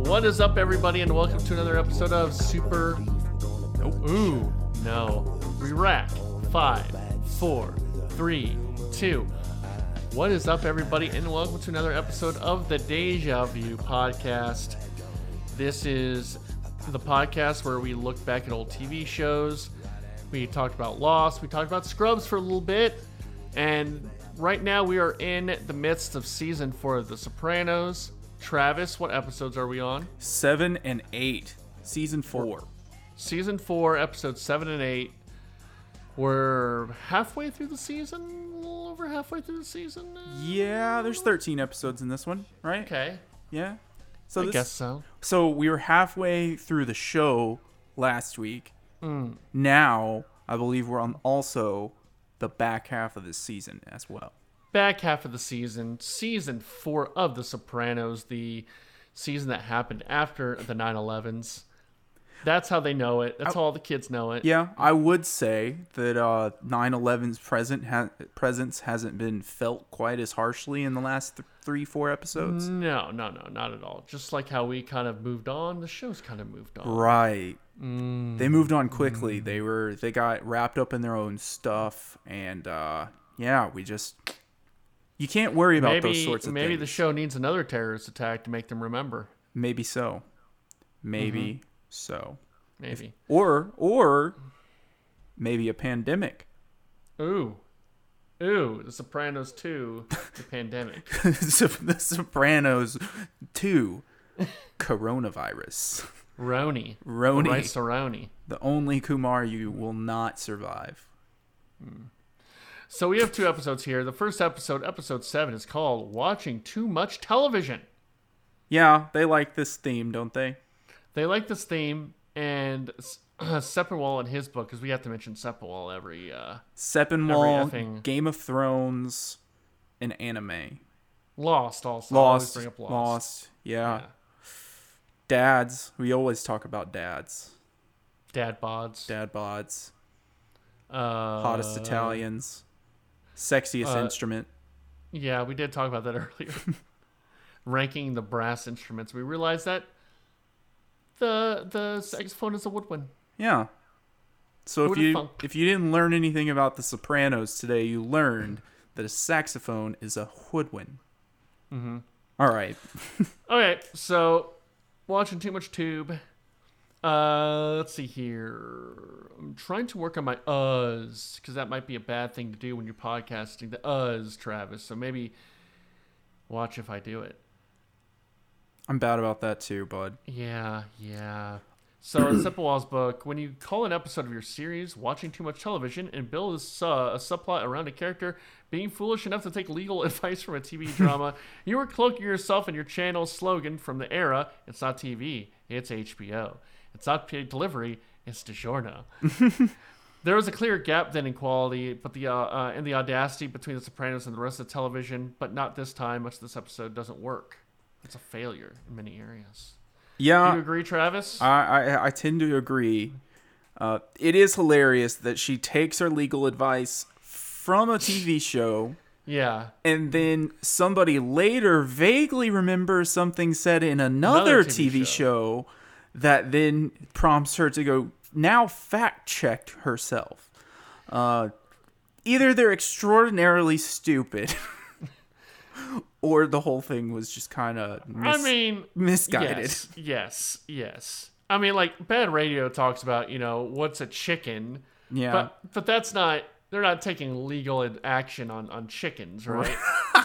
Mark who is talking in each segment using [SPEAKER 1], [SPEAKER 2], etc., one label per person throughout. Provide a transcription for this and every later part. [SPEAKER 1] What is up, everybody, and welcome to another episode of Super. Oh, Ooh, no. We rack. Five, four, three, two. What is up, everybody, and welcome to another episode of the Deja Vu podcast. This is the podcast where we look back at old TV shows. We talked about Lost. We talked about Scrubs for a little bit. And right now we are in the midst of season four of The Sopranos. Travis, what episodes are we on?
[SPEAKER 2] Seven and eight, season four.
[SPEAKER 1] Season four, episodes seven and eight. We're halfway through the season, a little over halfway through the season.
[SPEAKER 2] Yeah, there's 13 episodes in this one, right?
[SPEAKER 1] Okay,
[SPEAKER 2] Yeah. So
[SPEAKER 1] I
[SPEAKER 2] this,
[SPEAKER 1] guess so.
[SPEAKER 2] so we were halfway through the show last week.
[SPEAKER 1] Hmm.
[SPEAKER 2] Now I believe we're on also the back half of this season as well.
[SPEAKER 1] back half of the season, season four of The Sopranos, the season that happened after the 9 11s. That's how they know it. That's how all the kids know it.
[SPEAKER 2] Yeah, I would say that uh, 9/11's present ha- presence hasn't been felt quite as harshly in the last th- three, four episodes.
[SPEAKER 1] No, no, no, not at all. Just like how we kind of moved on, the show's kind of moved on.
[SPEAKER 2] Right. They
[SPEAKER 1] Mm.
[SPEAKER 2] moved on quickly. They were they got wrapped up in their own stuff and uh yeah, we just you can't worry about those
[SPEAKER 1] Maybe,
[SPEAKER 2] sorts of
[SPEAKER 1] maybe
[SPEAKER 2] things.
[SPEAKER 1] the show needs another terrorist attack to make them remember.
[SPEAKER 2] maybe so. Maybe
[SPEAKER 1] Mm-hmm.
[SPEAKER 2] so.
[SPEAKER 1] Maybe.
[SPEAKER 2] Or or maybe a pandemic.
[SPEAKER 1] Ooh. Ooh, The Sopranos 2, The Pandemic.
[SPEAKER 2] the Sopranos 2 coronavirus.
[SPEAKER 1] Roni.
[SPEAKER 2] Roni,
[SPEAKER 1] Rice Roni.
[SPEAKER 2] the only Kumar you will not survive.
[SPEAKER 1] So we have two episodes here. The first episode, episode seven, is called "Watching Too Much Television."
[SPEAKER 2] Yeah, they like this theme, don't they?
[SPEAKER 1] They like this theme, and Seppenwall in his book, because we have to mention Seppenwall every. Uh,
[SPEAKER 2] Seppenwall,
[SPEAKER 1] Every effing-
[SPEAKER 2] Game of Thrones, and anime.
[SPEAKER 1] Lost also. I always
[SPEAKER 2] Lost,
[SPEAKER 1] bring up
[SPEAKER 2] lost,
[SPEAKER 1] Lost.
[SPEAKER 2] Yeah.
[SPEAKER 1] Yeah.
[SPEAKER 2] dads. We always talk about dads,
[SPEAKER 1] Dad bods.
[SPEAKER 2] dad bods,
[SPEAKER 1] uh,
[SPEAKER 2] hottest Italians, sexiest
[SPEAKER 1] uh,
[SPEAKER 2] instrument.
[SPEAKER 1] Yeah, we did talk about that earlier. Ranking the brass instruments, we realized that the the saxophone is a woodwind.
[SPEAKER 2] Yeah. So if
[SPEAKER 1] would've
[SPEAKER 2] you
[SPEAKER 1] thunk?
[SPEAKER 2] if you didn't learn anything about The Sopranos today, you learned that a saxophone is a woodwind. Mm-hmm. All right.
[SPEAKER 1] Okay, so watching too much tube. Uh, let's see here. I'm trying to work on my uhs because that might be a bad thing to do when you're podcasting. The uhs, Travis. So maybe watch if I do it.
[SPEAKER 2] I'm bad about that too, bud.
[SPEAKER 1] Yeah, yeah. So in Simplewall's book, when you call an episode of your series "Watching Too Much Television" and build a, su- a subplot around a character being foolish enough to take legal advice from a TV drama, you are cloaking yourself in your channel's slogan from the era. It's not TV, it's HBO. It's not paid delivery, it's DiGiorno. There was a clear gap then in quality, but the uh, uh, and the audacity between The Sopranos and the rest of television, but not this time. Much of this episode doesn't work. It's a failure in many areas. Do
[SPEAKER 2] Yeah.
[SPEAKER 1] you agree, Travis?
[SPEAKER 2] I, I, I tend to agree. Uh, it is hilarious that she takes her legal advice from a TV show,
[SPEAKER 1] yeah.
[SPEAKER 2] and then somebody later vaguely remembers something said in another,
[SPEAKER 1] Another
[SPEAKER 2] TV,
[SPEAKER 1] TV
[SPEAKER 2] show. that then prompts her to go now fact check herself. Uh, either they're extraordinarily stupid, or the whole thing was just kind of mis-
[SPEAKER 1] I mean,
[SPEAKER 2] misguided.
[SPEAKER 1] yes, yes, yes. I mean, like Bad Radio talks about, you know, what's a chicken,
[SPEAKER 2] yeah.
[SPEAKER 1] but but that's not. They're not taking legal ad- action on on chickens, right?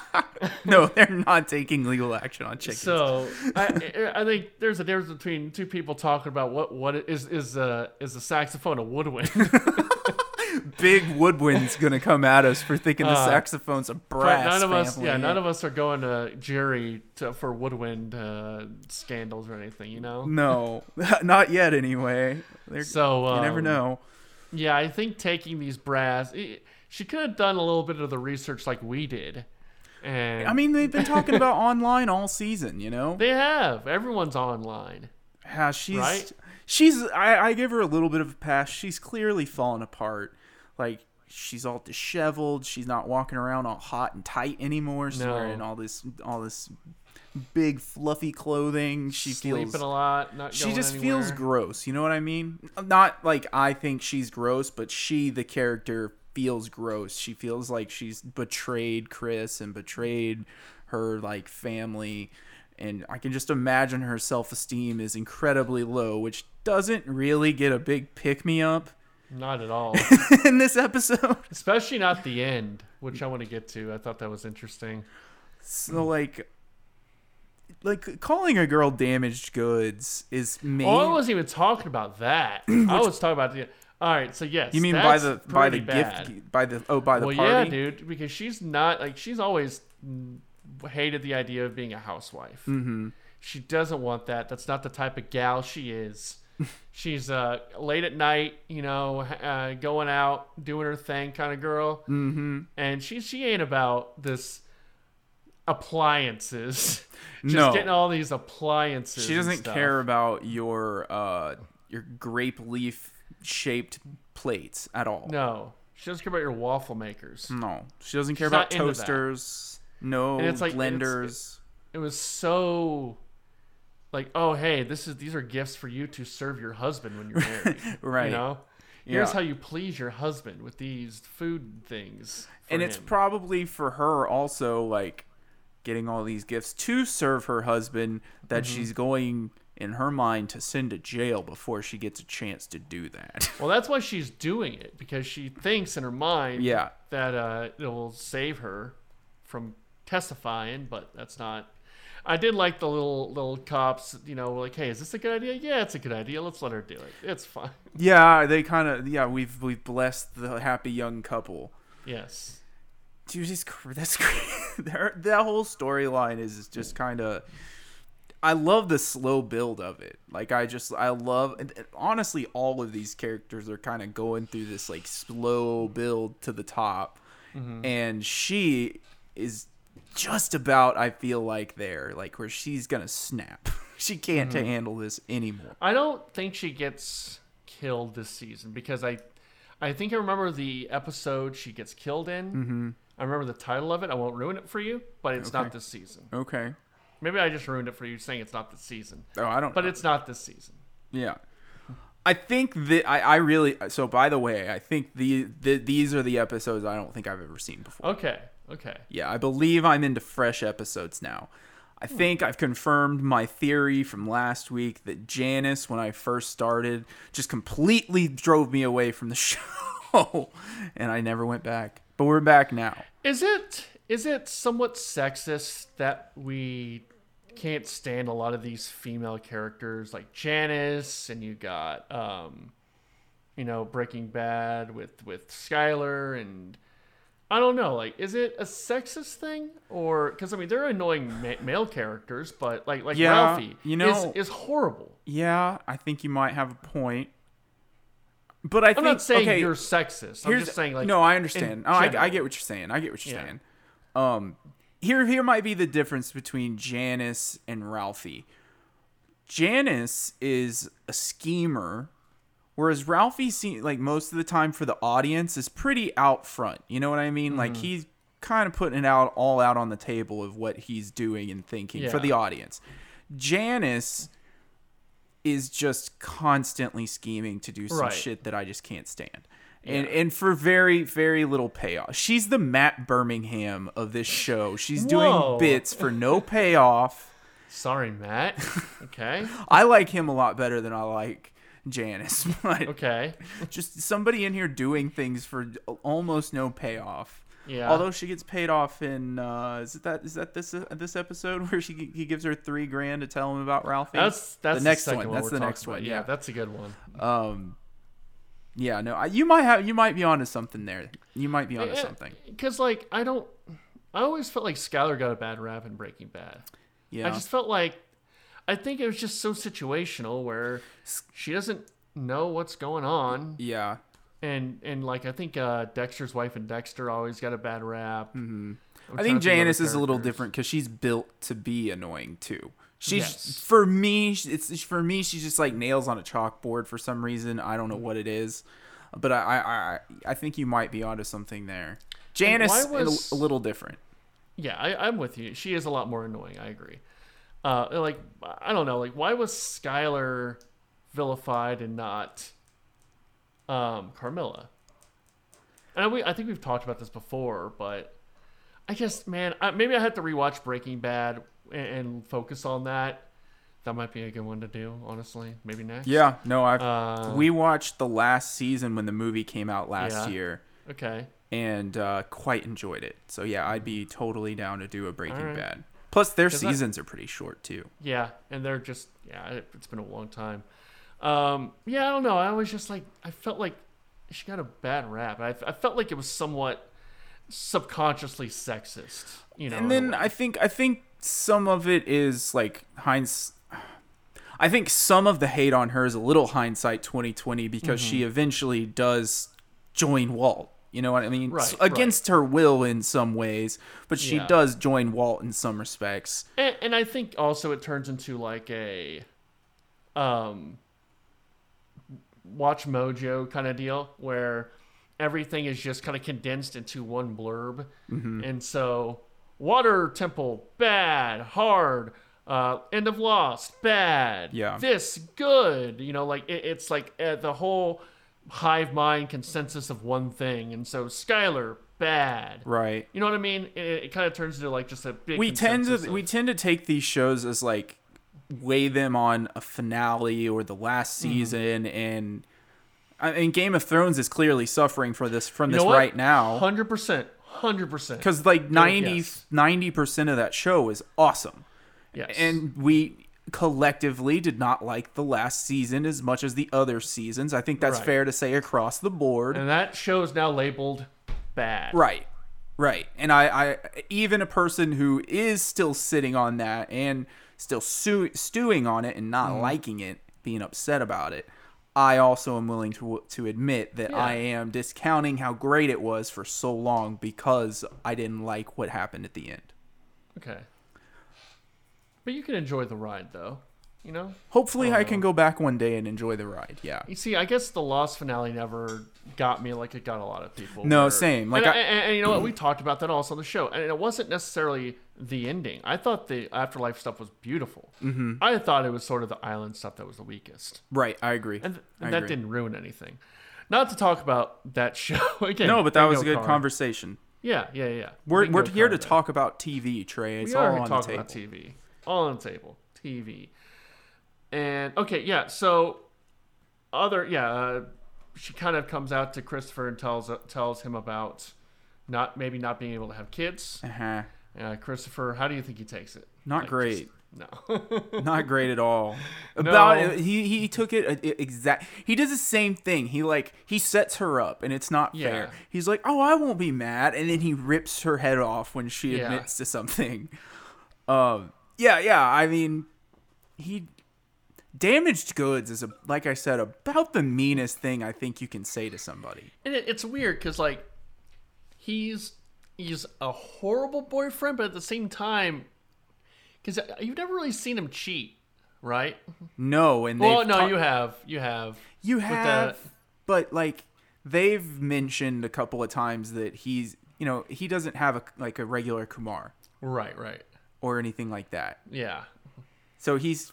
[SPEAKER 2] no, they're not taking legal action on chickens.
[SPEAKER 1] so I, I I think there's a difference between two people talking about what what is is a is a saxophone a woodwind.
[SPEAKER 2] Big woodwind's gonna come at us for thinking the saxophone's a
[SPEAKER 1] Uh, But
[SPEAKER 2] brass.
[SPEAKER 1] none of us,
[SPEAKER 2] family.
[SPEAKER 1] yeah, none of us are going to jury to, for woodwind uh, scandals or anything, you know.
[SPEAKER 2] No, not yet. Anyway, They're-
[SPEAKER 1] So
[SPEAKER 2] you
[SPEAKER 1] um,
[SPEAKER 2] never know.
[SPEAKER 1] Yeah, I think taking these brass, i she could have done a little bit of the research like we did. And
[SPEAKER 2] I mean, they've been talking about online all season. You know,
[SPEAKER 1] they have. Everyone's online.
[SPEAKER 2] yeah, she's
[SPEAKER 1] Right?
[SPEAKER 2] she's. I, I give her a little bit of a pass. She's clearly fallen apart. Like she's all disheveled. She's not walking around all hot and tight anymore. She's
[SPEAKER 1] No.
[SPEAKER 2] wearing all this all this big fluffy clothing. She
[SPEAKER 1] Sleeping
[SPEAKER 2] feels
[SPEAKER 1] a lot. Not
[SPEAKER 2] she
[SPEAKER 1] going
[SPEAKER 2] just
[SPEAKER 1] anywhere.
[SPEAKER 2] feels gross. You know what I mean? Not like I think she's gross, but she the character feels gross. She feels like she's betrayed Chris and betrayed her like family and I can just imagine her self-esteem is incredibly low, which doesn't really get a big pick me up
[SPEAKER 1] Not at all.
[SPEAKER 2] in this episode.
[SPEAKER 1] Especially not the end, which I want to get to. I thought that was interesting.
[SPEAKER 2] So like like calling a girl damaged goods is me.
[SPEAKER 1] Oh, I wasn't even talking about that. I was talking about the. All right, so yes.
[SPEAKER 2] you mean by
[SPEAKER 1] that's
[SPEAKER 2] the by the
[SPEAKER 1] pretty bad.
[SPEAKER 2] gift by the oh by the
[SPEAKER 1] well,
[SPEAKER 2] party?
[SPEAKER 1] yeah, dude, because she's not like she's always mm, hated the idea of being a housewife. Mm-hmm. She doesn't want that. That's not the type of gal she is. she's uh, late at night, you know, uh, going out, doing her thing, kind of girl. Mm-hmm. And she she ain't about this appliances. Just
[SPEAKER 2] No.
[SPEAKER 1] getting all these appliances.
[SPEAKER 2] She
[SPEAKER 1] and
[SPEAKER 2] doesn't
[SPEAKER 1] stuff.
[SPEAKER 2] care about your uh your grape leaf shaped plates at all.
[SPEAKER 1] No, she doesn't care about your waffle makers.
[SPEAKER 2] No. She doesn't care
[SPEAKER 1] She's
[SPEAKER 2] about
[SPEAKER 1] not into that.
[SPEAKER 2] toasters. No
[SPEAKER 1] And it's like- and it's-
[SPEAKER 2] blenders.
[SPEAKER 1] it was so like oh hey this is these are gifts for you to serve your husband when you're married
[SPEAKER 2] Right.
[SPEAKER 1] you know here's
[SPEAKER 2] Yeah.
[SPEAKER 1] how you please your husband with these food things for
[SPEAKER 2] and it's
[SPEAKER 1] him.
[SPEAKER 2] probably for her also like getting all these gifts to serve her husband that
[SPEAKER 1] Mm-hmm.
[SPEAKER 2] she's going in her mind to send to jail before she gets a chance to do that.
[SPEAKER 1] well that's why she's doing it because she thinks in her mind
[SPEAKER 2] Yeah.
[SPEAKER 1] that uh, it will save her from testifying but that's not I did like the little little cops, you know, were like, "Hey, is this a good idea? Yeah, it's a good idea. Let's let her do it. It's fine."
[SPEAKER 2] yeah, they kind of yeah, we've we've blessed the happy young couple.
[SPEAKER 1] Yes,
[SPEAKER 2] dude, it's cr- that's cr- their- that whole storyline is is just kind of. I love the slow build of it. Like I just I love and- and honestly all of these characters are kind of going through this like slow build to the top. And she is just about I feel like there, like where she's going to snap. she can't handle this anymore.
[SPEAKER 1] I don't think she gets killed this season because I, I think I remember the episode she gets killed in. Mm-hmm. I remember the title of it. I won't ruin it for you, but it's not this season.
[SPEAKER 2] Okay.
[SPEAKER 1] Maybe I just ruined it for you saying it's not this season,
[SPEAKER 2] Oh, I don't
[SPEAKER 1] but it's not this season.
[SPEAKER 2] Yeah. I think that I, I really so by the way, I think the, the these are the episodes I don't think I've ever seen before.
[SPEAKER 1] Okay, okay.
[SPEAKER 2] Yeah, I believe I'm into fresh episodes now. I think I've confirmed my theory from last week that Janice, when I first started, just completely drove me away from the show, and I never went back. But we're back now.
[SPEAKER 1] Is it is it somewhat sexist that we can't stand a lot of these female characters like Janice and you got um you know Breaking Bad with with Skyler and I don't know like is it a sexist thing or cuz I mean they're annoying ma- male characters but like like
[SPEAKER 2] Yeah,
[SPEAKER 1] Ralphie
[SPEAKER 2] you know-
[SPEAKER 1] is is horrible.
[SPEAKER 2] Yeah, I think you might have a point. But I
[SPEAKER 1] I'm
[SPEAKER 2] think
[SPEAKER 1] not saying
[SPEAKER 2] okay,
[SPEAKER 1] you're sexist. I'm
[SPEAKER 2] Here's-
[SPEAKER 1] just saying like
[SPEAKER 2] no, I
[SPEAKER 1] in
[SPEAKER 2] understand. Oh, I, I
[SPEAKER 1] general.
[SPEAKER 2] get what you're saying. I get what you're
[SPEAKER 1] Yeah.
[SPEAKER 2] saying. Um, here, here might be the difference between Janice and Ralphie. Janice is a schemer, whereas Ralphie, seems like most of the time for the audience, is pretty out front. You know what I mean?
[SPEAKER 1] Mm-hmm.
[SPEAKER 2] Like he's kind of putting it out all out on the table of what he's doing and thinking for
[SPEAKER 1] Yeah.
[SPEAKER 2] the audience. Janice is just constantly scheming to do some
[SPEAKER 1] Right.
[SPEAKER 2] shit that I just can't stand. And and for very very little payoff. She's the Matt Birmingham of this show. She's doing
[SPEAKER 1] Whoa.
[SPEAKER 2] bits for no payoff.
[SPEAKER 1] Sorry, Matt. Okay.
[SPEAKER 2] I like him a lot better than I like Janice, but
[SPEAKER 1] Okay.
[SPEAKER 2] just somebody in here doing things for almost no payoff.
[SPEAKER 1] Yeah.
[SPEAKER 2] Although she gets paid off in uh, is it that is that this uh, this episode where she he gives her three grand to tell him about Ralphie?
[SPEAKER 1] That's that's
[SPEAKER 2] the next
[SPEAKER 1] second
[SPEAKER 2] one.
[SPEAKER 1] one.
[SPEAKER 2] That's
[SPEAKER 1] we're
[SPEAKER 2] the
[SPEAKER 1] talking
[SPEAKER 2] next
[SPEAKER 1] about.
[SPEAKER 2] one.
[SPEAKER 1] Yeah,
[SPEAKER 2] Yeah.
[SPEAKER 1] that's a good one.
[SPEAKER 2] Um, yeah, no, I, you might have, you might be onto something there. You might be onto something.
[SPEAKER 1] Because like I don't, I always felt like Skylar got a bad rap in Breaking Bad.
[SPEAKER 2] Yeah,
[SPEAKER 1] I just felt like, I think it was just so situational where she doesn't know what's going on,
[SPEAKER 2] yeah,
[SPEAKER 1] and and like I think uh, Dexter's wife and Dexter always got a bad rap. Mm-hmm.
[SPEAKER 2] I think Janice is a little different because she's built to be annoying too. She's
[SPEAKER 1] Yes.
[SPEAKER 2] for me. It's for me. She's just like nails on a chalkboard for some reason. I don't know what it is. But I, I, I, I think you might be onto something there. Janice
[SPEAKER 1] why was-
[SPEAKER 2] is a little different.
[SPEAKER 1] Yeah, I, I'm with you. She is a lot more annoying. I agree. Uh, and, like I don't know, like why was Skylar vilified and not um, Carmilla? And we, I think we've talked about this before, but I just, man, I, maybe I have to rewatch Breaking Bad and, and focus on that. That might be a good one to do, honestly. Maybe next.
[SPEAKER 2] Yeah, no, I've
[SPEAKER 1] Uh,
[SPEAKER 2] we watched the last season when the movie came out
[SPEAKER 1] Yeah.
[SPEAKER 2] last year
[SPEAKER 1] Okay.
[SPEAKER 2] and uh, quite enjoyed it. So yeah, I'd be totally down to do a Breaking
[SPEAKER 1] Alright.
[SPEAKER 2] Bad. Plus, their
[SPEAKER 1] 'Cause Oh, I-
[SPEAKER 2] seasons are pretty short too.
[SPEAKER 1] Yeah, and they're just yeah, it- it's been a long time. Um, yeah, I don't know. I was just like I felt like she got a bad rap. I, I felt like it was somewhat subconsciously sexist. You know.
[SPEAKER 2] and
[SPEAKER 1] in a
[SPEAKER 2] then
[SPEAKER 1] way.
[SPEAKER 2] I think I think some of it is like Heinz. I think some of the hate on her is a little hindsight 2020 because she
[SPEAKER 1] Mm-hmm.
[SPEAKER 2] eventually does join Walt. You know what I mean?
[SPEAKER 1] Right,
[SPEAKER 2] S-
[SPEAKER 1] right.
[SPEAKER 2] Against her will in some ways, but she
[SPEAKER 1] Yeah.
[SPEAKER 2] does join Walt in some respects.
[SPEAKER 1] and, and I think also it turns into like a um watch mojo kind of deal where everything is just kind of condensed into one blurb
[SPEAKER 2] Mm-hmm.
[SPEAKER 1] and so water temple bad hard uh end of lost bad
[SPEAKER 2] Yeah.
[SPEAKER 1] this good you know like it, it's like uh, the whole hive mind consensus of one thing and so skylar bad
[SPEAKER 2] Right.
[SPEAKER 1] you know what i mean it, it kind of turns into like just a big
[SPEAKER 2] we tend to
[SPEAKER 1] consensus of-
[SPEAKER 2] we tend to take these shows as like weigh them on a finale or the last
[SPEAKER 1] Mm-hmm.
[SPEAKER 2] season and I mean Game of Thrones is clearly suffering for this from
[SPEAKER 1] You
[SPEAKER 2] this
[SPEAKER 1] know what?
[SPEAKER 2] right now
[SPEAKER 1] 100%. 100%.
[SPEAKER 2] cuz like 90
[SPEAKER 1] yes.
[SPEAKER 2] 90% of that show is awesome
[SPEAKER 1] yes.
[SPEAKER 2] and we collectively did not like the last season as much as the other seasons I think that's
[SPEAKER 1] Right.
[SPEAKER 2] fair to say across the board
[SPEAKER 1] and that show is now labeled bad.
[SPEAKER 2] Right. Right. And I, I even a person who is still sitting on that and still su- stewing on it and not
[SPEAKER 1] Mm-hmm.
[SPEAKER 2] liking it, being upset about it, I also am willing to to admit that I am discounting how great it was for so long because I didn't like what happened at the end.
[SPEAKER 1] Okay. But you can enjoy the ride though, you know?
[SPEAKER 2] Hopefully I
[SPEAKER 1] Oh.
[SPEAKER 2] can go back one day and enjoy the ride. Yeah.
[SPEAKER 1] You see, I guess the Lost finale never got me like it got a lot of people.
[SPEAKER 2] No,
[SPEAKER 1] where-
[SPEAKER 2] same. Like,
[SPEAKER 1] and,
[SPEAKER 2] I-
[SPEAKER 1] and- and you know what? We talked about that also on the show, and it wasn't necessarily the ending. I thought the afterlife stuff was beautiful. Mm-hmm. I thought it was sort of the island stuff that was the weakest,
[SPEAKER 2] Right, I agree.
[SPEAKER 1] and, th-
[SPEAKER 2] I
[SPEAKER 1] and that
[SPEAKER 2] agree.
[SPEAKER 1] didn't ruin anything. Not to talk about that show again.
[SPEAKER 2] No, but that was a
[SPEAKER 1] bingo
[SPEAKER 2] good
[SPEAKER 1] card.
[SPEAKER 2] conversation.
[SPEAKER 1] Yeah, yeah, yeah.
[SPEAKER 2] We're,
[SPEAKER 1] Bingo
[SPEAKER 2] we're here to
[SPEAKER 1] card, man.
[SPEAKER 2] talk about TV, Trey. It's
[SPEAKER 1] we
[SPEAKER 2] all
[SPEAKER 1] are
[SPEAKER 2] on the
[SPEAKER 1] talking
[SPEAKER 2] table.
[SPEAKER 1] about TV. All on the table. TV. And okay, yeah. So other yeah, uh, she kind of comes out to Christopher and tells uh, tells him about not maybe not being able to have kids.
[SPEAKER 2] Uh-huh.
[SPEAKER 1] Uh, Christopher, how do you think he takes it?
[SPEAKER 2] Not great.
[SPEAKER 1] just- no.
[SPEAKER 2] not great at all. About
[SPEAKER 1] No.
[SPEAKER 2] he he took it uh, i- exact. He does the same thing. He like he sets her up, and it's not
[SPEAKER 1] Yeah.
[SPEAKER 2] fair. He's like, "Oh, I won't be mad," and then he rips her head off when she
[SPEAKER 1] Yeah.
[SPEAKER 2] admits to something. Um, yeah, yeah. I mean, he damaged goods is a like I said about the meanest thing I think you can say to somebody.
[SPEAKER 1] and it, it's weird because like he's he's a horrible boyfriend, but at the same time, because you've never really seen him cheat, right?
[SPEAKER 2] No, and
[SPEAKER 1] Well,
[SPEAKER 2] they've
[SPEAKER 1] no,
[SPEAKER 2] ta-
[SPEAKER 1] you have, you have.
[SPEAKER 2] You
[SPEAKER 1] the-
[SPEAKER 2] have, but like they've mentioned a couple of times that he's, you know, he doesn't have a like a regular Kumar
[SPEAKER 1] Right, right.
[SPEAKER 2] or anything like that.
[SPEAKER 1] Yeah.
[SPEAKER 2] So he's,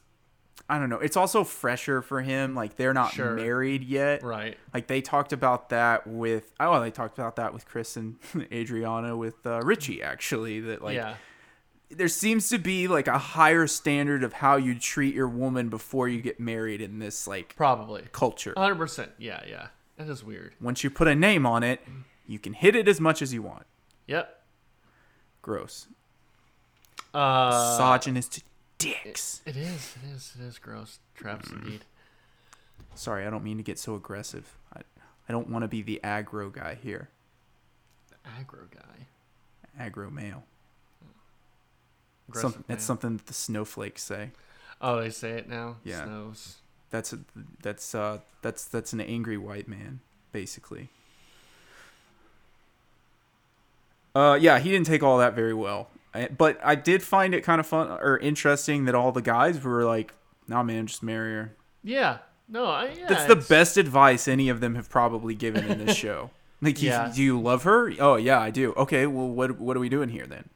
[SPEAKER 2] I don't know. It's also fresher for him. Like they're not
[SPEAKER 1] Sure.
[SPEAKER 2] married yet.
[SPEAKER 1] Right.
[SPEAKER 2] Like they talked about that with oh they talked about that with Chris and Adriana with uh, Richie actually that like
[SPEAKER 1] yeah.
[SPEAKER 2] there seems to be like a higher standard of how you treat your woman before you get married in this like
[SPEAKER 1] Probably.
[SPEAKER 2] culture.
[SPEAKER 1] 100%. Yeah, yeah. That is weird.
[SPEAKER 2] Once you put a name on it, you can hit it as much as you want.
[SPEAKER 1] Yep.
[SPEAKER 2] Gross.
[SPEAKER 1] Uh,
[SPEAKER 2] Misogynist dicks.
[SPEAKER 1] it is. It is. It is gross. Traps
[SPEAKER 2] Mm.
[SPEAKER 1] indeed.
[SPEAKER 2] Sorry, I don't mean to get so aggressive. I, I don't want to be the aggro guy here.
[SPEAKER 1] Aggro guy.
[SPEAKER 2] Aggro male.
[SPEAKER 1] Aggressive
[SPEAKER 2] Some, that's
[SPEAKER 1] man.
[SPEAKER 2] something that the snowflakes say.
[SPEAKER 1] Oh, they say it now.
[SPEAKER 2] Yeah.
[SPEAKER 1] Snows.
[SPEAKER 2] That's a, that's uh that's that's an angry white man basically. Uh yeah, he didn't take all that very well. I- But I did find it kind of fun or interesting that all the guys were like, "Nah, man, just marry her."
[SPEAKER 1] Yeah. No, I, yeah,
[SPEAKER 2] That's the
[SPEAKER 1] it's-
[SPEAKER 2] best advice any of them have probably given in this show. Like, you-
[SPEAKER 1] Yeah.
[SPEAKER 2] do you love her? Oh yeah, I do. Okay, well, what what are we doing here then?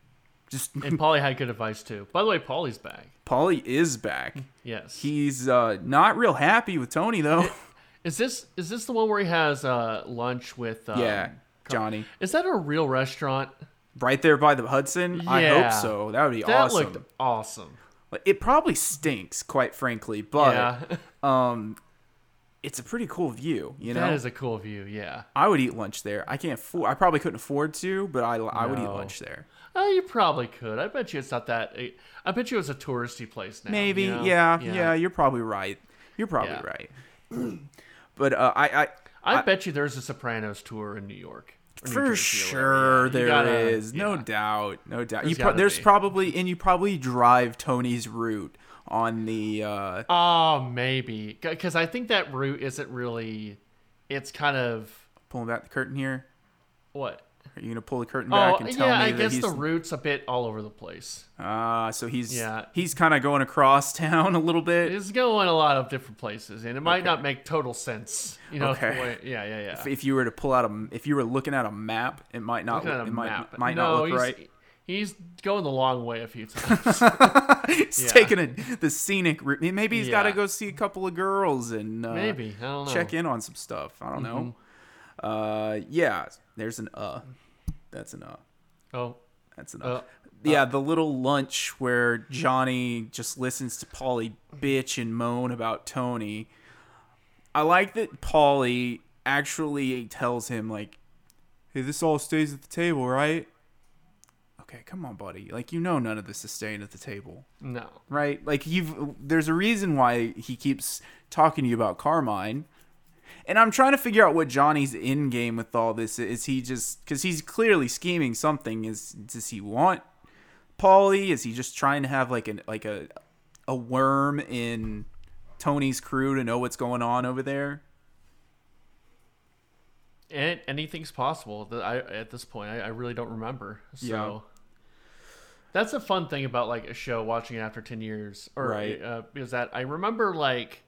[SPEAKER 2] Just
[SPEAKER 1] And Polly had good advice too. By the way, Polly's back.
[SPEAKER 2] Polly is back.
[SPEAKER 1] Yes.
[SPEAKER 2] He's uh, not real happy with Tony though.
[SPEAKER 1] is this is this the one where he has uh, lunch with? Um,
[SPEAKER 2] yeah, Johnny,
[SPEAKER 1] Is that a real restaurant?
[SPEAKER 2] right there by the Hudson. I
[SPEAKER 1] Yeah.
[SPEAKER 2] hope so. That would be
[SPEAKER 1] That
[SPEAKER 2] awesome. Oh,
[SPEAKER 1] looked awesome.
[SPEAKER 2] Like, It probably stinks, quite frankly, but
[SPEAKER 1] yeah,
[SPEAKER 2] it's a pretty cool view. You know,
[SPEAKER 1] that is a cool view. Yeah.
[SPEAKER 2] I would eat lunch there. I can't afford. I probably couldn't afford to, but I, I would eat
[SPEAKER 1] No.
[SPEAKER 2] lunch there.
[SPEAKER 1] Oh, you probably could. I bet you it's not that. eh, I bet you it's a touristy place now.
[SPEAKER 2] Maybe.
[SPEAKER 1] you know?
[SPEAKER 2] yeah, yeah. You're probably right. You're probably
[SPEAKER 1] Yeah.
[SPEAKER 2] right. but uh, I, I
[SPEAKER 1] I, bet you there's a Sopranos tour in New York. or New
[SPEAKER 2] for
[SPEAKER 1] Jersey or
[SPEAKER 2] sure
[SPEAKER 1] whatever.
[SPEAKER 2] there
[SPEAKER 1] You
[SPEAKER 2] is
[SPEAKER 1] gotta-
[SPEAKER 2] no
[SPEAKER 1] yeah.
[SPEAKER 2] doubt, no doubt. you
[SPEAKER 1] There's
[SPEAKER 2] pro-
[SPEAKER 1] gotta
[SPEAKER 2] there's
[SPEAKER 1] be.
[SPEAKER 2] probably and you probably drive Tony's route on the. Uh,
[SPEAKER 1] Oh, maybe because I think that route isn't really. It's kind of
[SPEAKER 2] pulling back the curtain here.
[SPEAKER 1] what?
[SPEAKER 2] Are you gonna pull the curtain back
[SPEAKER 1] oh,
[SPEAKER 2] and tell
[SPEAKER 1] yeah.
[SPEAKER 2] me
[SPEAKER 1] I
[SPEAKER 2] that
[SPEAKER 1] guess
[SPEAKER 2] he's
[SPEAKER 1] the route's a bit all over the place.
[SPEAKER 2] ah? so he's
[SPEAKER 1] Yeah.
[SPEAKER 2] he's kind of going across town a little bit.
[SPEAKER 1] It's going a lot of different places, and it might not make total sense. You know.
[SPEAKER 2] Okay.
[SPEAKER 1] the way- Yeah, yeah, yeah.
[SPEAKER 2] if you were to pull out a if you were looking at a map, it might not
[SPEAKER 1] Looking at
[SPEAKER 2] look,
[SPEAKER 1] a
[SPEAKER 2] it might,
[SPEAKER 1] map.
[SPEAKER 2] might
[SPEAKER 1] no,
[SPEAKER 2] not look
[SPEAKER 1] he's,
[SPEAKER 2] right.
[SPEAKER 1] He's going the long way a few times.
[SPEAKER 2] He's
[SPEAKER 1] Yeah.
[SPEAKER 2] taking a, the scenic route. Maybe he's got to
[SPEAKER 1] Yeah.
[SPEAKER 2] go see a couple of girls and uh,
[SPEAKER 1] Maybe I don't know. Mm-hmm.
[SPEAKER 2] check in on some stuff. I don't know. Uh, yeah, there's an uh. That's an uh.
[SPEAKER 1] Oh,
[SPEAKER 2] That's an uh.
[SPEAKER 1] Uh, Mm-hmm.
[SPEAKER 2] yeah, the little lunch where Johnny just listens to Polly bitch and moan about Tony. I like that Polly actually tells him like, "Hey, this all stays at the table, right?" Okay, come on, buddy. Like you know, none of this is staying at the table
[SPEAKER 1] no.
[SPEAKER 2] right? Like you've there's a reason why he keeps talking to you about Carmine. And I'm trying to figure out what Johnny's end game with all this is. He just because he's clearly scheming something. Is does he want Paulie? Is he just trying to have like an like a a worm in Tony's crew to know what's going on over there?
[SPEAKER 1] And anything's possible. That I at this point, I, I really don't remember. So
[SPEAKER 2] Yeah.
[SPEAKER 1] that's a fun thing about like a show watching it after ten years, or
[SPEAKER 2] Right.
[SPEAKER 1] uh, is that I remember like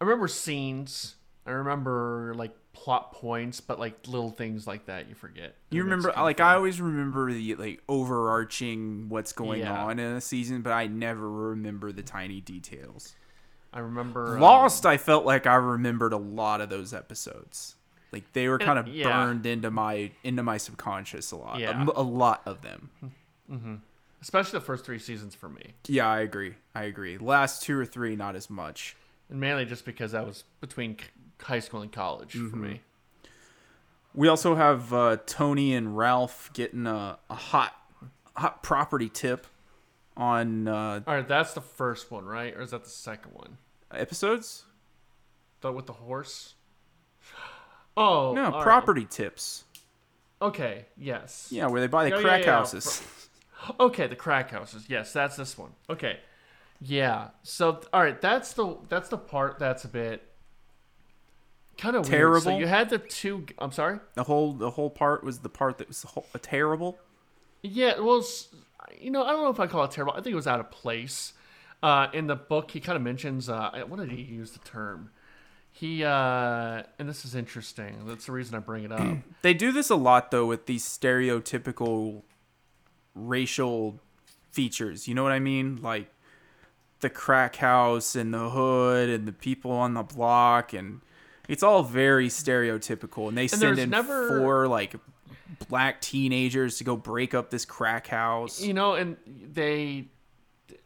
[SPEAKER 1] I remember scenes, I remember like plot points, but like little things like that you forget.
[SPEAKER 2] You
[SPEAKER 1] It makes
[SPEAKER 2] remember,
[SPEAKER 1] it kinda
[SPEAKER 2] like
[SPEAKER 1] fun.
[SPEAKER 2] I always remember the like overarching what's going
[SPEAKER 1] Yeah.
[SPEAKER 2] on in a season, but I never remember the tiny details.
[SPEAKER 1] I remember um,
[SPEAKER 2] Lost, I felt like I remembered a lot of those episodes. Like they were kind of
[SPEAKER 1] yeah.
[SPEAKER 2] burned into my into my subconscious a lot. A
[SPEAKER 1] Yeah.
[SPEAKER 2] m- A, lot of them.
[SPEAKER 1] especially the first three seasons for me,
[SPEAKER 2] Yeah, I agree. I agree. Last two or three, not as much.
[SPEAKER 1] and mainly just because that was between c- high school and college
[SPEAKER 2] Mm-hmm.
[SPEAKER 1] for me.
[SPEAKER 2] We also have uh, Tony and Ralph getting a, a hot hot property tip on uh,
[SPEAKER 1] All right, that's the first one, right? Or is that the second one?
[SPEAKER 2] episodes.
[SPEAKER 1] The with the horse? Oh
[SPEAKER 2] No,
[SPEAKER 1] all right.
[SPEAKER 2] property tips.
[SPEAKER 1] Okay, yes.
[SPEAKER 2] Yeah, where they buy the
[SPEAKER 1] Oh, Yeah, yeah,
[SPEAKER 2] crack
[SPEAKER 1] yeah.
[SPEAKER 2] houses.
[SPEAKER 1] Okay, the crack houses. Yes, that's this one. Okay, yeah. So all right, that's the that's the part that's a bit kind of Weird. So
[SPEAKER 2] Terrible?
[SPEAKER 1] you had the two. I'm sorry.
[SPEAKER 2] The whole the whole part was the part that was ho- terrible.
[SPEAKER 1] Yeah, well, s- you know, I don't know if I call it terrible. I think it was out of place. Uh, in the book, he kind of mentions uh, what did he use the term? He uh, and this is interesting. That's the reason I bring it up.
[SPEAKER 2] They do this a lot though with these stereotypical racial features. You know what I mean? Like the crack house and the hood and the people on the block and it's all very stereotypical and they send
[SPEAKER 1] there's
[SPEAKER 2] in
[SPEAKER 1] never-
[SPEAKER 2] four like black teenagers to go break up this crack house.
[SPEAKER 1] you know, and they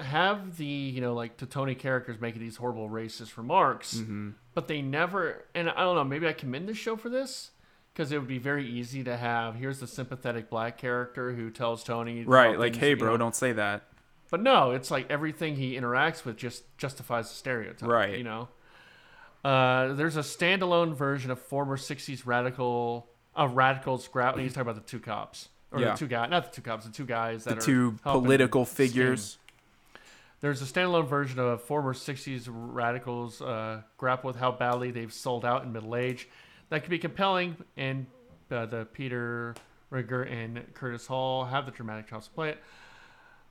[SPEAKER 1] have the you know like the Tony characters making these horrible racist remarks,
[SPEAKER 2] Mm-hmm.
[SPEAKER 1] but they never. And I don't know. Maybe I commend this show for this because it would be very easy to have. Here's the sympathetic black character who tells Tony, how
[SPEAKER 2] Right, like
[SPEAKER 1] things-
[SPEAKER 2] hey
[SPEAKER 1] you
[SPEAKER 2] bro,
[SPEAKER 1] know-
[SPEAKER 2] don't say that.
[SPEAKER 1] But no, it's like everything he interacts with just justifies the stereotype.
[SPEAKER 2] Right.
[SPEAKER 1] You know. Uh, there's a standalone version of former '60s radical, a radical scrap. He's talking about the two cops or
[SPEAKER 2] Yeah.
[SPEAKER 1] the two guys, not the two cops, the two guys that
[SPEAKER 2] The
[SPEAKER 1] are
[SPEAKER 2] two
[SPEAKER 1] helping
[SPEAKER 2] political
[SPEAKER 1] scheme.
[SPEAKER 2] figures.
[SPEAKER 1] There's a standalone version of former '60s radicals uh, grapple with how badly they've sold out in middle age. That could be compelling, and uh, the Peter Rigger and Curtis Hall have the dramatic chops to play it.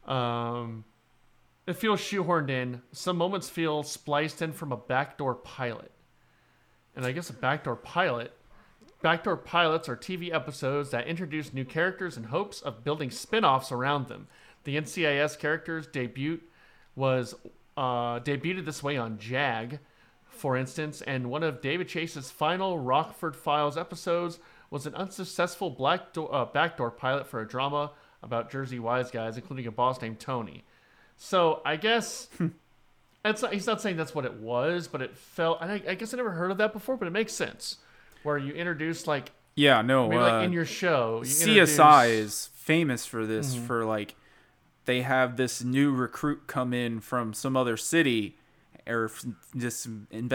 [SPEAKER 1] Um, It feels shoehorned in. Some moments feel spliced in from a backdoor pilot. And I guess a backdoor pilot. Backdoor pilots are TV episodes that introduce new characters in hopes of building spin offs around them. The NCIS character's debut was uh, debuted this way on JAG, for instance, and one of David Chase's final Rockford Files episodes was an unsuccessful black do- uh, backdoor pilot for a drama about Jersey wise guys, including a boss named Tony. So I guess it's not, he's not saying that's what it was, but it felt. And I, I guess I never heard of that before, but it makes sense. Where you introduce like
[SPEAKER 2] Yeah, no.
[SPEAKER 1] I mean,
[SPEAKER 2] uh,
[SPEAKER 1] like in your show, you
[SPEAKER 2] CSI
[SPEAKER 1] introduce-
[SPEAKER 2] is famous for this for like they have this new recruit come in from some other city or f- this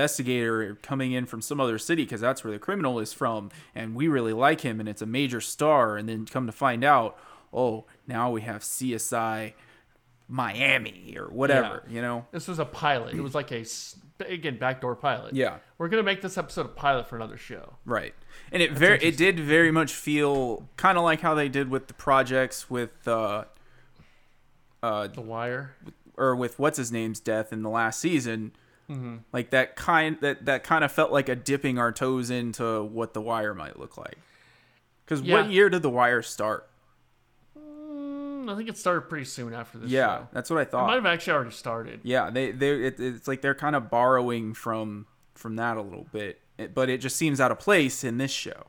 [SPEAKER 2] investigator coming in from some other city because that's where the criminal is from and we really like him and it's a major star and then come to find out oh now we have CSI Miami or whatever you know
[SPEAKER 1] This was a pilot. It was like a s- again backdoor pilot.
[SPEAKER 2] Yeah.
[SPEAKER 1] we're gonna make this episode a pilot for another show.
[SPEAKER 2] Right. And it very it did very much feel kind of like how they did with the projects with uh
[SPEAKER 1] The Wire.
[SPEAKER 2] or with what's his name's death in the last season.
[SPEAKER 1] Mm-hmm.
[SPEAKER 2] Like that kind that that kind of felt like a dipping our toes into what the wire might look like. Cuz
[SPEAKER 1] Yeah.
[SPEAKER 2] what year did the wire start?
[SPEAKER 1] Mm, I think it started pretty soon after this.
[SPEAKER 2] Yeah,
[SPEAKER 1] show.
[SPEAKER 2] that's what I
[SPEAKER 1] It might
[SPEAKER 2] thought.
[SPEAKER 1] have actually already started.
[SPEAKER 2] yeah, they they it, it's like they're kind of borrowing from from that a little bit. It- but it just seems out of place in this show.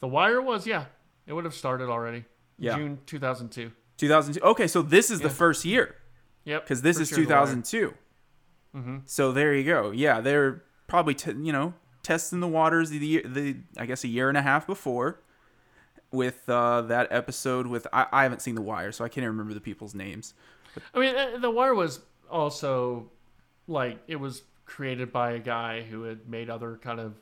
[SPEAKER 1] The Wire was yeah, it would have started already.
[SPEAKER 2] Yeah.
[SPEAKER 1] June two thousand two.
[SPEAKER 2] 2002. Okay, so this is the first year.
[SPEAKER 1] Yep,
[SPEAKER 2] because this
[SPEAKER 1] for
[SPEAKER 2] is
[SPEAKER 1] sure Mm-hmm. The Wire.
[SPEAKER 2] 2002. So there you go. Yeah, they're probably t- you know testing the waters the, year the I guess a year and a half before with uh, that episode with I, I haven't seen The Wire, so I can't even remember the people's names.
[SPEAKER 1] I mean, uh, The Wire was also like it was created by a guy who had made other kind of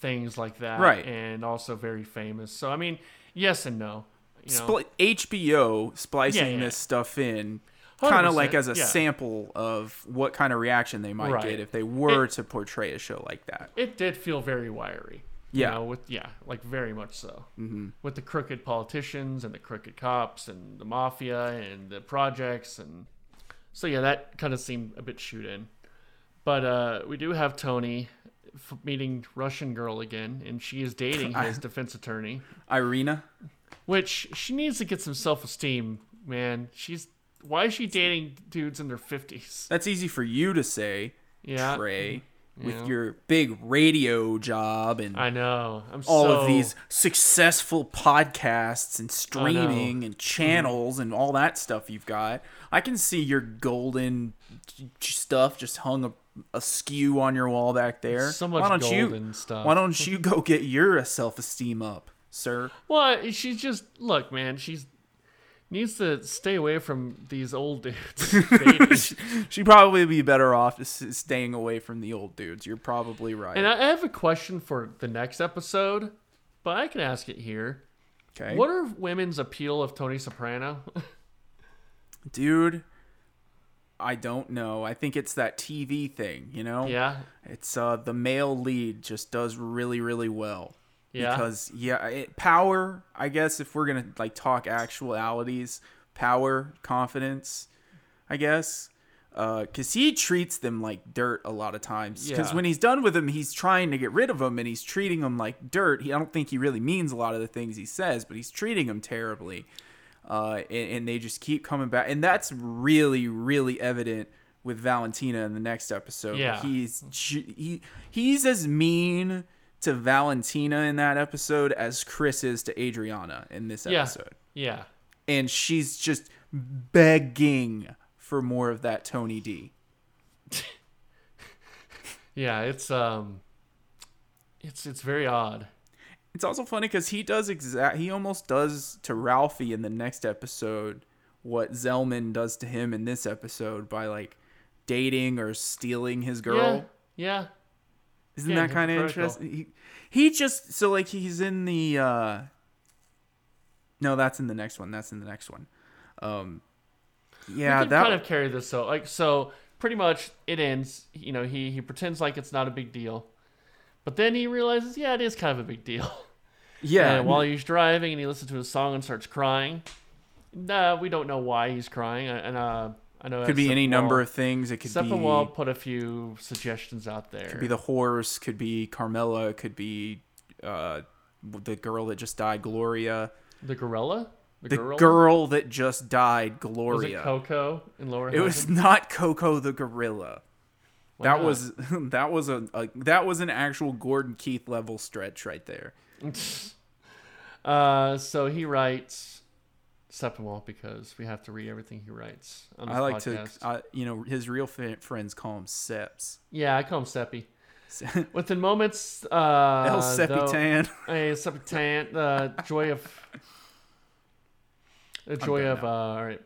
[SPEAKER 1] things like that,
[SPEAKER 2] Right.
[SPEAKER 1] And also very famous. So I mean, yes and no. You know,
[SPEAKER 2] Spli- HBO splicing
[SPEAKER 1] Yeah, yeah.
[SPEAKER 2] this stuff in. Kind of like as a
[SPEAKER 1] 100%, yeah.
[SPEAKER 2] sample of what kind of reaction they might
[SPEAKER 1] Right.
[SPEAKER 2] get if they were to portray a show like that.
[SPEAKER 1] it did feel very wiry.
[SPEAKER 2] Yeah.
[SPEAKER 1] You know, with yeah, like very much so. Mm-hmm. With the crooked politicians and the crooked cops and the mafia and the projects and so yeah, that kind of seemed a bit shoot in. But uh, we do have Tony f- meeting Russian girl again, and she is dating his defense attorney,
[SPEAKER 2] Irina,
[SPEAKER 1] which she needs to get some self esteem, man. She's why is she dating dudes in their fifties?
[SPEAKER 2] that's easy for you to say,
[SPEAKER 1] Yeah, Mm-hmm.
[SPEAKER 2] Trey,
[SPEAKER 1] Yeah.
[SPEAKER 2] with your big radio job and
[SPEAKER 1] I know. I'm
[SPEAKER 2] all
[SPEAKER 1] so-
[SPEAKER 2] of these successful podcasts and streaming
[SPEAKER 1] Mm-hmm.
[SPEAKER 2] and channels and all that stuff you've got. I can see your golden j- j- stuff just hung a, askew on your wall back there.
[SPEAKER 1] So much
[SPEAKER 2] why don't you,
[SPEAKER 1] golden stuff.
[SPEAKER 2] Why don't you go get your self esteem up, sir?
[SPEAKER 1] Well, she's just look, man. She's needs to stay away from these old dudes. dating.
[SPEAKER 2] She'd probably be better off s- staying away from the old dudes. You're probably right.
[SPEAKER 1] and I I have a question for the next episode, but I can ask it here.
[SPEAKER 2] okay,
[SPEAKER 1] What are women's appeal of Tony Soprano?
[SPEAKER 2] dude. I don't know. I think it's that TV thing, you know?
[SPEAKER 1] yeah,
[SPEAKER 2] It's uh the male lead just does really really well.
[SPEAKER 1] yeah.
[SPEAKER 2] Because yeah, it, power, I guess if we're going to like talk actualities, power, confidence, I guess. Uh, cause he treats them like dirt a lot of times. Cause
[SPEAKER 1] Yeah.
[SPEAKER 2] when he's done with them, he's trying to get rid of them, and he's treating them like dirt. He, I don't think he really means a lot of the things he says, but he's treating them terribly. Uh, and, and they just keep coming back, and that's really, really evident with Valentina in the next episode.
[SPEAKER 1] Yeah.
[SPEAKER 2] he's ju- he he's as mean to Valentina in that episode as Chris is to Adriana in this
[SPEAKER 1] yeah,
[SPEAKER 2] episode
[SPEAKER 1] yeah.
[SPEAKER 2] and she's just begging for more of that Tony D.
[SPEAKER 1] Yeah, it's um it's it's very odd.
[SPEAKER 2] It's also funny because he does exact he almost does to Ralphie in the next episode what Zellman does to him in this episode by like dating or stealing his girl.
[SPEAKER 1] Yeah.
[SPEAKER 2] Isn't
[SPEAKER 1] yeah,
[SPEAKER 2] that kind of
[SPEAKER 1] hypocritical.
[SPEAKER 2] interesting? He, he just so like he's in the uh No, that's in the next one. That's in the next one. Um
[SPEAKER 1] yeah.
[SPEAKER 2] yeah,
[SPEAKER 1] Can
[SPEAKER 2] that
[SPEAKER 1] kind of carry this though. Like so pretty much it ends, you know, he he pretends like it's not a big deal. But then he realizes, yeah, it is kind of a big deal.
[SPEAKER 2] yeah.
[SPEAKER 1] And while he's driving and he listens to a song and starts crying, nah, we don't know why he's crying. And uh, I know
[SPEAKER 2] Could be any
[SPEAKER 1] Steppenwolf-
[SPEAKER 2] number of things. It could
[SPEAKER 1] Steppenwolf
[SPEAKER 2] be
[SPEAKER 1] put a few suggestions out there.
[SPEAKER 2] could be the horse. Could be Carmela. Could be uh, the girl that just died, Gloria.
[SPEAKER 1] the gorilla.
[SPEAKER 2] The
[SPEAKER 1] gorilla?
[SPEAKER 2] girl that just died,
[SPEAKER 1] was
[SPEAKER 2] Gloria.
[SPEAKER 1] it Coco in Lower?
[SPEAKER 2] It was
[SPEAKER 1] Housing?
[SPEAKER 2] not Coco the gorilla.
[SPEAKER 1] Why
[SPEAKER 2] That
[SPEAKER 1] not?
[SPEAKER 2] was that was a, a that was an actual Gordon Keith level stretch right there.
[SPEAKER 1] Uh, so he writes Steppenwolf because we have to read everything he writes. On this
[SPEAKER 2] I like
[SPEAKER 1] podcast.
[SPEAKER 2] to, I, you know, his real fa- friends call him Seps.
[SPEAKER 1] yeah, I call him Steppy.
[SPEAKER 2] Se-
[SPEAKER 1] Within moments, uh,
[SPEAKER 2] El
[SPEAKER 1] though-
[SPEAKER 2] Sepitan.
[SPEAKER 1] Hey, Septant, the joy of the joy
[SPEAKER 2] done
[SPEAKER 1] of uh, all right.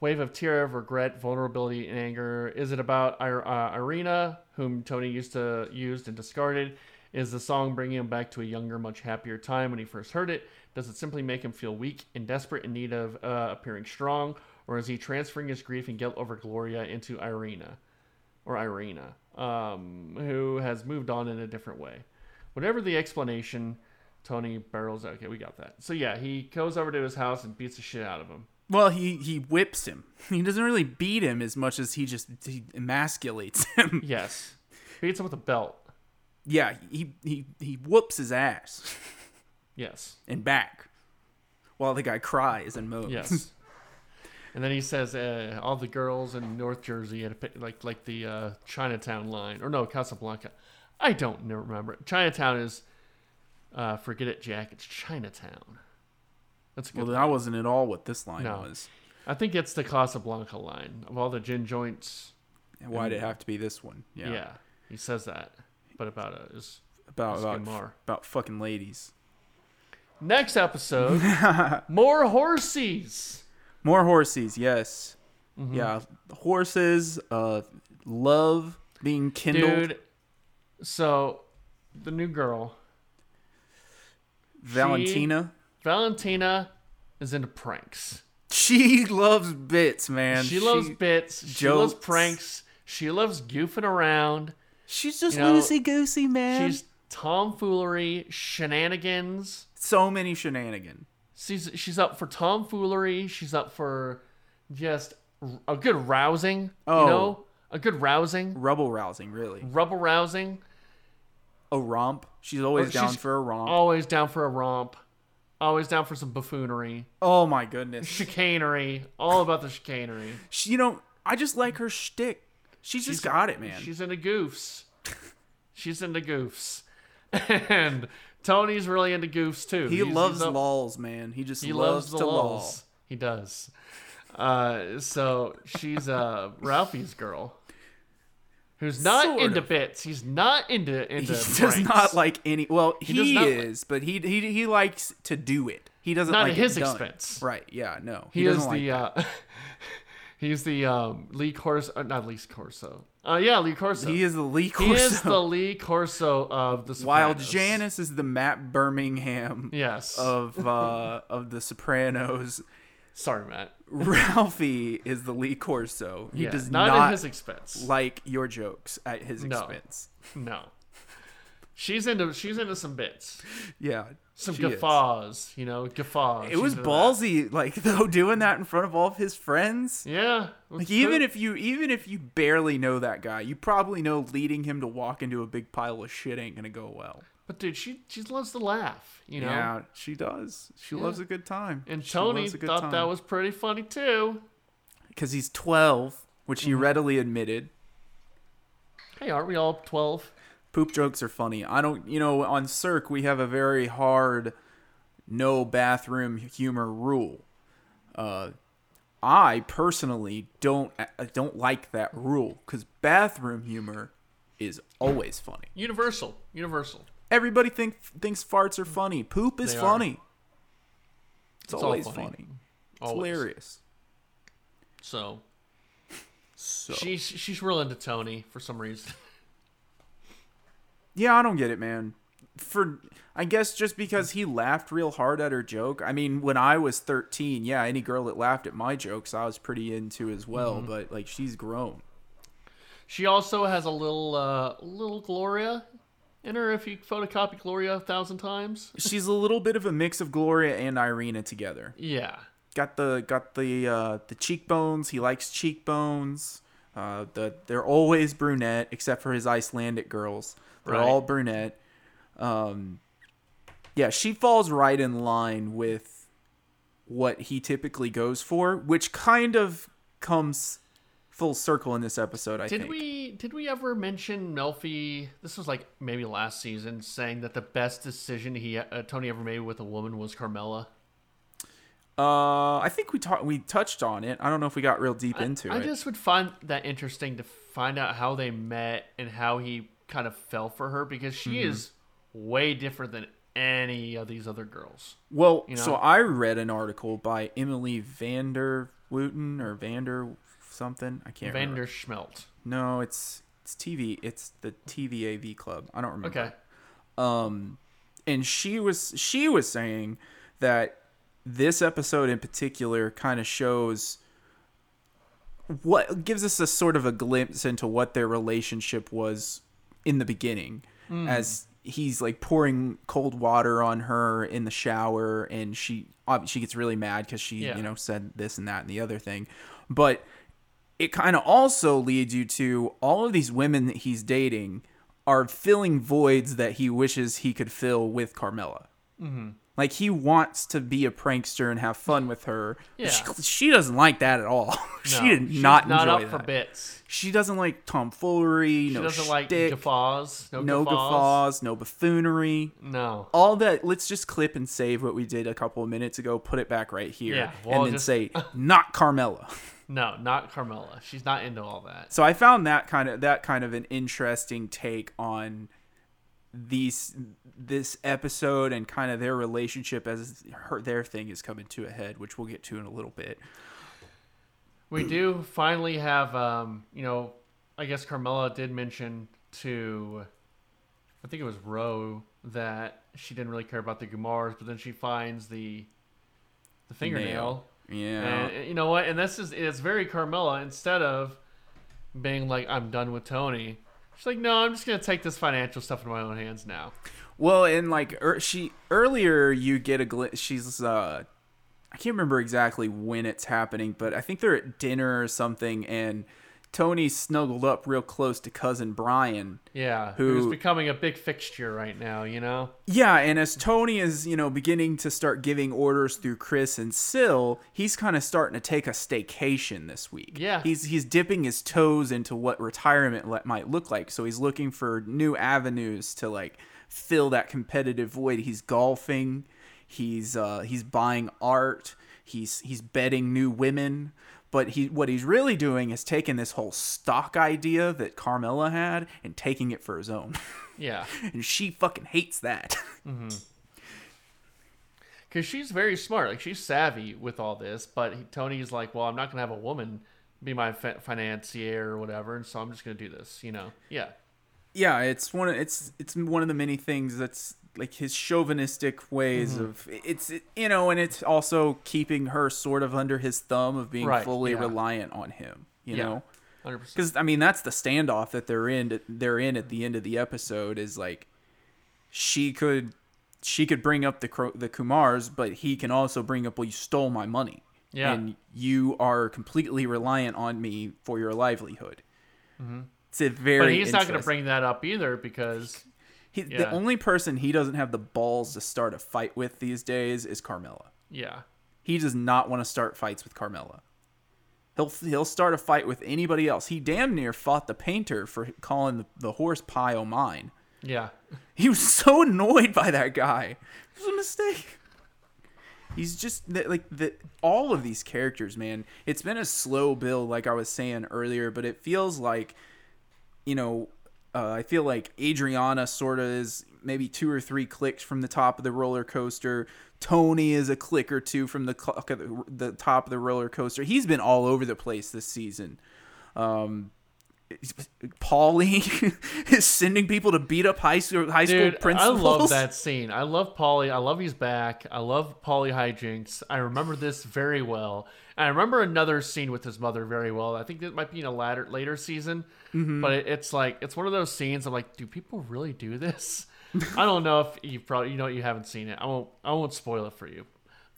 [SPEAKER 1] Wave of tear of regret, vulnerability, and anger. Is it about Ir- uh, Irina, whom Tony used to used and discarded? Is the song bringing him back to a younger, much happier time when he first heard it? Does it simply make him feel weak and desperate in need of uh, appearing strong, or is he transferring his grief and guilt over Gloria into Irina? or Irina, um, who has moved on in a different way. Whatever the explanation, Tony barrels. Okay, we got that. So yeah, he goes over to his house and beats the shit out of him.
[SPEAKER 2] Well, he he whips him. He doesn't really beat him as much as he just he emasculates him.
[SPEAKER 1] Yes, beats him with a belt.
[SPEAKER 2] yeah, he he he whoops his ass
[SPEAKER 1] Yes,
[SPEAKER 2] and back, while the guy cries and moans.
[SPEAKER 1] yes. and then he says, uh, "All the girls in North Jersey had a, pi- like like the uh, Chinatown line, or no Casablanca. I don't kn- remember. Chinatown is, uh, forget it, Jack. It's Chinatown. That's a good
[SPEAKER 2] Well, that wasn't at all what this line
[SPEAKER 1] No.
[SPEAKER 2] was.
[SPEAKER 1] I think it's the Casablanca line of all the gin joints.
[SPEAKER 2] Why'd it have to be this one?
[SPEAKER 1] Yeah,
[SPEAKER 2] Yeah.
[SPEAKER 1] he says that, but about it is
[SPEAKER 2] About
[SPEAKER 1] It's
[SPEAKER 2] about,
[SPEAKER 1] Gamar.
[SPEAKER 2] about fucking ladies.
[SPEAKER 1] next episode. more horsies.
[SPEAKER 2] More horses, yes.
[SPEAKER 1] Mm-hmm.
[SPEAKER 2] Yeah. Horses, uh love being kindled.
[SPEAKER 1] dude. So, the new girl
[SPEAKER 2] Valentina.
[SPEAKER 1] Valentina is into pranks.
[SPEAKER 2] She loves bits, man.
[SPEAKER 1] she loves bits. She loves
[SPEAKER 2] jokes.
[SPEAKER 1] pranks. She loves goofing around.
[SPEAKER 2] She's just
[SPEAKER 1] you know,
[SPEAKER 2] loosey goosey, man.
[SPEAKER 1] She's tomfoolery, shenanigans.
[SPEAKER 2] so many shenanigans.
[SPEAKER 1] She's she's up for tomfoolery. She's up for just r- a good rousing.
[SPEAKER 2] Oh.
[SPEAKER 1] You know, a good rousing,
[SPEAKER 2] Rubble rousing, really.
[SPEAKER 1] rubble rousing.
[SPEAKER 2] A romp. She's always
[SPEAKER 1] She's
[SPEAKER 2] down for a romp. Oh,
[SPEAKER 1] Always down for a romp. Always down for some buffoonery,
[SPEAKER 2] Oh my goodness.
[SPEAKER 1] chicanery. All about the chicanery.
[SPEAKER 2] She, you know, I just like her shtick. She's, just got it, man.
[SPEAKER 1] She's into goofs. She's into goofs, and Tony's really into goofs too.
[SPEAKER 2] He
[SPEAKER 1] He's- he's
[SPEAKER 2] loves
[SPEAKER 1] up-
[SPEAKER 2] lols, man. He just
[SPEAKER 1] He
[SPEAKER 2] loves,
[SPEAKER 1] loves, the
[SPEAKER 2] to lol.
[SPEAKER 1] lulls. He does. Uh, so she's uh, Ralphie's girl, who's not
[SPEAKER 2] Sort
[SPEAKER 1] into
[SPEAKER 2] of.
[SPEAKER 1] bits. He's not into into.
[SPEAKER 2] He does
[SPEAKER 1] pranks.
[SPEAKER 2] not like any. Well, he,
[SPEAKER 1] does not like-
[SPEAKER 2] is, but he he he likes to do it. He doesn't
[SPEAKER 1] Not at
[SPEAKER 2] like it
[SPEAKER 1] his
[SPEAKER 2] done.
[SPEAKER 1] expense.
[SPEAKER 2] Right? Yeah. No.
[SPEAKER 1] He,
[SPEAKER 2] doesn't
[SPEAKER 1] is
[SPEAKER 2] like
[SPEAKER 1] the. Uh, he's the um, Lee Corso, uh, not Lee Corso. Uh, yeah, Lee Corso.
[SPEAKER 2] He is the Lee
[SPEAKER 1] He is
[SPEAKER 2] Corso.
[SPEAKER 1] the Lee Corso of the.
[SPEAKER 2] While
[SPEAKER 1] Sopranos.
[SPEAKER 2] Janice is the Matt Birmingham
[SPEAKER 1] Yes.
[SPEAKER 2] of uh, of the Sopranos,
[SPEAKER 1] Sorry, Matt.
[SPEAKER 2] Ralphie is the Lee Corso. He
[SPEAKER 1] Yeah,
[SPEAKER 2] does
[SPEAKER 1] not,
[SPEAKER 2] not,
[SPEAKER 1] at his expense.
[SPEAKER 2] like your jokes at his
[SPEAKER 1] No.
[SPEAKER 2] expense.
[SPEAKER 1] no. She's into she's into some bits,
[SPEAKER 2] Yeah,
[SPEAKER 1] some
[SPEAKER 2] she is.
[SPEAKER 1] guffaws, you know, guffaws.
[SPEAKER 2] It
[SPEAKER 1] She's
[SPEAKER 2] was
[SPEAKER 1] into that.
[SPEAKER 2] ballsy, like though, doing that in front of all of his friends.
[SPEAKER 1] Yeah.
[SPEAKER 2] Like even if you even if you barely know that guy, you probably know leading him to walk into a big pile of shit ain't gonna go well.
[SPEAKER 1] But dude, she she loves to laugh, you know.
[SPEAKER 2] Yeah, she does. She loves a good time.
[SPEAKER 1] And Tony thought that was pretty funny too.
[SPEAKER 2] because he's twelve, which
[SPEAKER 1] Mm-hmm.
[SPEAKER 2] he readily admitted.
[SPEAKER 1] Hey, aren't we all twelve?
[SPEAKER 2] Poop jokes are funny. I don't, you know, on Cirque we have a very hard no bathroom humor rule. Uh, I personally don't I don't like that rule because bathroom humor is always funny.
[SPEAKER 1] Universal, universal.
[SPEAKER 2] Everybody think, thinks farts are funny. Poop is
[SPEAKER 1] They are.
[SPEAKER 2] funny. It's,
[SPEAKER 1] all
[SPEAKER 2] always
[SPEAKER 1] funny.
[SPEAKER 2] funny. It's
[SPEAKER 1] Always.
[SPEAKER 2] hilarious.
[SPEAKER 1] So
[SPEAKER 2] So
[SPEAKER 1] she's she's real into Tony for some reason.
[SPEAKER 2] yeah, I don't get it, man. For I guess just because he laughed real hard at her joke. I mean, when I was thirteen, yeah, any girl that laughed at my jokes, I was pretty into as well. But like, she's grown.
[SPEAKER 1] She also has a little uh, little Gloria in her. If you photocopy Gloria a thousand times,
[SPEAKER 2] She's a little bit of a mix of Gloria and Irina together
[SPEAKER 1] yeah.
[SPEAKER 2] got the got the uh, the cheekbones. He likes cheekbones. Uh, the they're always brunette except for his Icelandic girls. They're
[SPEAKER 1] Right.
[SPEAKER 2] all brunette. Um, yeah, she falls right in line with what he typically goes for, which kind of comes full circle in this episode. I
[SPEAKER 1] Did
[SPEAKER 2] think.
[SPEAKER 1] we did we ever mention Melfi? This was like maybe last season, saying that the best decision he uh, Tony ever made with a woman was Carmela.
[SPEAKER 2] Uh, I think we talked we touched on it. I don't know if we got real deep into
[SPEAKER 1] I
[SPEAKER 2] it.
[SPEAKER 1] just would find that interesting to find out how they met and how he kind of fell for her because she
[SPEAKER 2] Mm-hmm.
[SPEAKER 1] is way different than any of these other girls.
[SPEAKER 2] Well,
[SPEAKER 1] You
[SPEAKER 2] so
[SPEAKER 1] know?
[SPEAKER 2] I read an article by Emily Vander Wooten or Vander something. I can't remember.
[SPEAKER 1] Vander Schmelt.
[SPEAKER 2] No, it's it's TV. It's the TVAV Club. I don't remember.
[SPEAKER 1] Okay.
[SPEAKER 2] Um, and she was she was saying that this episode in particular kind of shows what gives us a sort of a glimpse into what their relationship was in the beginning as he's like pouring cold water on her in the shower and she ob- she gets really mad cuz she
[SPEAKER 1] Yeah.
[SPEAKER 2] you know said this and that and the other thing but it kind of also leads you to all of these women that he's dating are filling voids that he wishes he could fill with Carmela.
[SPEAKER 1] Mm-hmm.
[SPEAKER 2] Like he wants to be a prankster and have fun with her. but
[SPEAKER 1] Yeah.
[SPEAKER 2] She, she doesn't like that at all. she
[SPEAKER 1] No,
[SPEAKER 2] did
[SPEAKER 1] she's
[SPEAKER 2] not enjoy
[SPEAKER 1] not up
[SPEAKER 2] that.
[SPEAKER 1] for bits.
[SPEAKER 2] She doesn't like tomfoolery.
[SPEAKER 1] She
[SPEAKER 2] no
[SPEAKER 1] doesn't like
[SPEAKER 2] shtick,
[SPEAKER 1] guffaws. No,
[SPEAKER 2] no
[SPEAKER 1] guffaws.
[SPEAKER 2] guffaws, no buffoonery.
[SPEAKER 1] No.
[SPEAKER 2] All that. Let's just clip and save what we did a couple of minutes ago. Put it back right here,
[SPEAKER 1] Yeah, well,
[SPEAKER 2] and then
[SPEAKER 1] just-
[SPEAKER 2] say not Carmela.
[SPEAKER 1] No, not Carmela. She's not into all that.
[SPEAKER 2] so I found that kind of that kind of an interesting take on these this episode and kind of their relationship as her their thing is coming to a head, which we'll get to in a little bit.
[SPEAKER 1] We do finally have, um, you know, I guess Carmela did mention to, I think it was Roe that she didn't really care about the Gumars, but then she finds the, the fingernail.
[SPEAKER 2] Yeah.
[SPEAKER 1] And you know what? And this is it's very Carmela. Instead of being like, "I'm done with Tony," she's like, "No, I'm just gonna take this financial stuff in my own hands now."
[SPEAKER 2] Well, and like er, she earlier, you get a glimpse. She's uh, I can't remember exactly when it's happening, but I think they're at dinner or something, and Tony snuggled up real close to cousin Brian.
[SPEAKER 1] Yeah,
[SPEAKER 2] Who-
[SPEAKER 1] who's becoming a big fixture right now? You know.
[SPEAKER 2] Yeah, and as Tony is, you know, beginning to start giving orders through Chris and Syl, he's kind of starting to take a staycation this week.
[SPEAKER 1] Yeah.
[SPEAKER 2] He's he's dipping his toes into what retirement le- might look like. So he's looking for new avenues to like fill that competitive void. He's golfing, he's uh he's buying art, he's he's betting new women. But he, what he's really doing is taking this whole stock idea that Carmela had and taking it for his own,
[SPEAKER 1] Yeah,
[SPEAKER 2] and she fucking hates that.
[SPEAKER 1] because she's very smart. Like she's savvy with all this. But he, Tony's like, "Well, I'm not gonna have a woman be my fa- financier or whatever, and so I'm just gonna do this." You know? Yeah.
[SPEAKER 2] yeah it's one of it's it's one of the many things that's like his chauvinistic ways
[SPEAKER 1] Mm-hmm.
[SPEAKER 2] of it's you know and it's also keeping her sort of under his thumb of being
[SPEAKER 1] Right,
[SPEAKER 2] fully
[SPEAKER 1] yeah.
[SPEAKER 2] reliant on him you
[SPEAKER 1] Yeah.
[SPEAKER 2] know
[SPEAKER 1] Hundred percent.
[SPEAKER 2] because i mean that's the standoff that they're in they're in at the end of the episode is like she could she could bring up the Kro- the kumars but he can also bring up well you stole my money
[SPEAKER 1] Yeah.
[SPEAKER 2] and you are completely reliant on me for your livelihood it's a very
[SPEAKER 1] Mm-hmm. But he's not gonna
[SPEAKER 2] interesting-
[SPEAKER 1] bring that up either because
[SPEAKER 2] he, The
[SPEAKER 1] Yeah.
[SPEAKER 2] only person he doesn't have the balls to start a fight with these days is Carmella.
[SPEAKER 1] yeah,
[SPEAKER 2] He does not want to start fights with Carmella. He'll he'll start a fight with anybody else. He damn near fought the painter for calling the, the horse pile mine.
[SPEAKER 1] yeah.
[SPEAKER 2] He was so annoyed by that guy. It was a mistake. He's just th- like the all of these characters, man. It's been a slow build, like I was saying earlier, but it feels like, you know, uh, I feel like Adriana sort of is maybe two or three clicks from the top of the roller coaster. Tony is a click or two from the clock of the, the top of the roller coaster. He's been all over the place this season. Paulie is sending people to beat up high school high school
[SPEAKER 1] Dude, I
[SPEAKER 2] principals.
[SPEAKER 1] love that scene. I love Polly. I love he's back. I love Polly hijinks. I remember this very well. And I remember another scene with his mother very well. I think it might be in a latter later season,
[SPEAKER 2] Mm-hmm.
[SPEAKER 1] but it, it's like it's one of those scenes. I'm like, do people really do this? I don't know if you probably you know you haven't seen it. I won't I won't spoil it for you,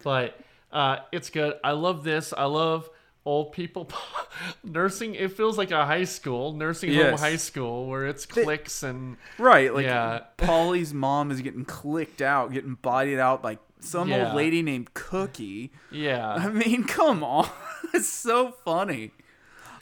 [SPEAKER 1] but Uh, it's good. I love this. I love old people nursing. It feels like a high school nursing home
[SPEAKER 2] Yes.
[SPEAKER 1] high school where it's clicks and
[SPEAKER 2] Right, like
[SPEAKER 1] Yeah.
[SPEAKER 2] Polly's mom is getting clicked out, getting bodied out by some
[SPEAKER 1] Yeah.
[SPEAKER 2] old lady named Cookie. I
[SPEAKER 1] yeah.
[SPEAKER 2] mean, come on. it's so funny.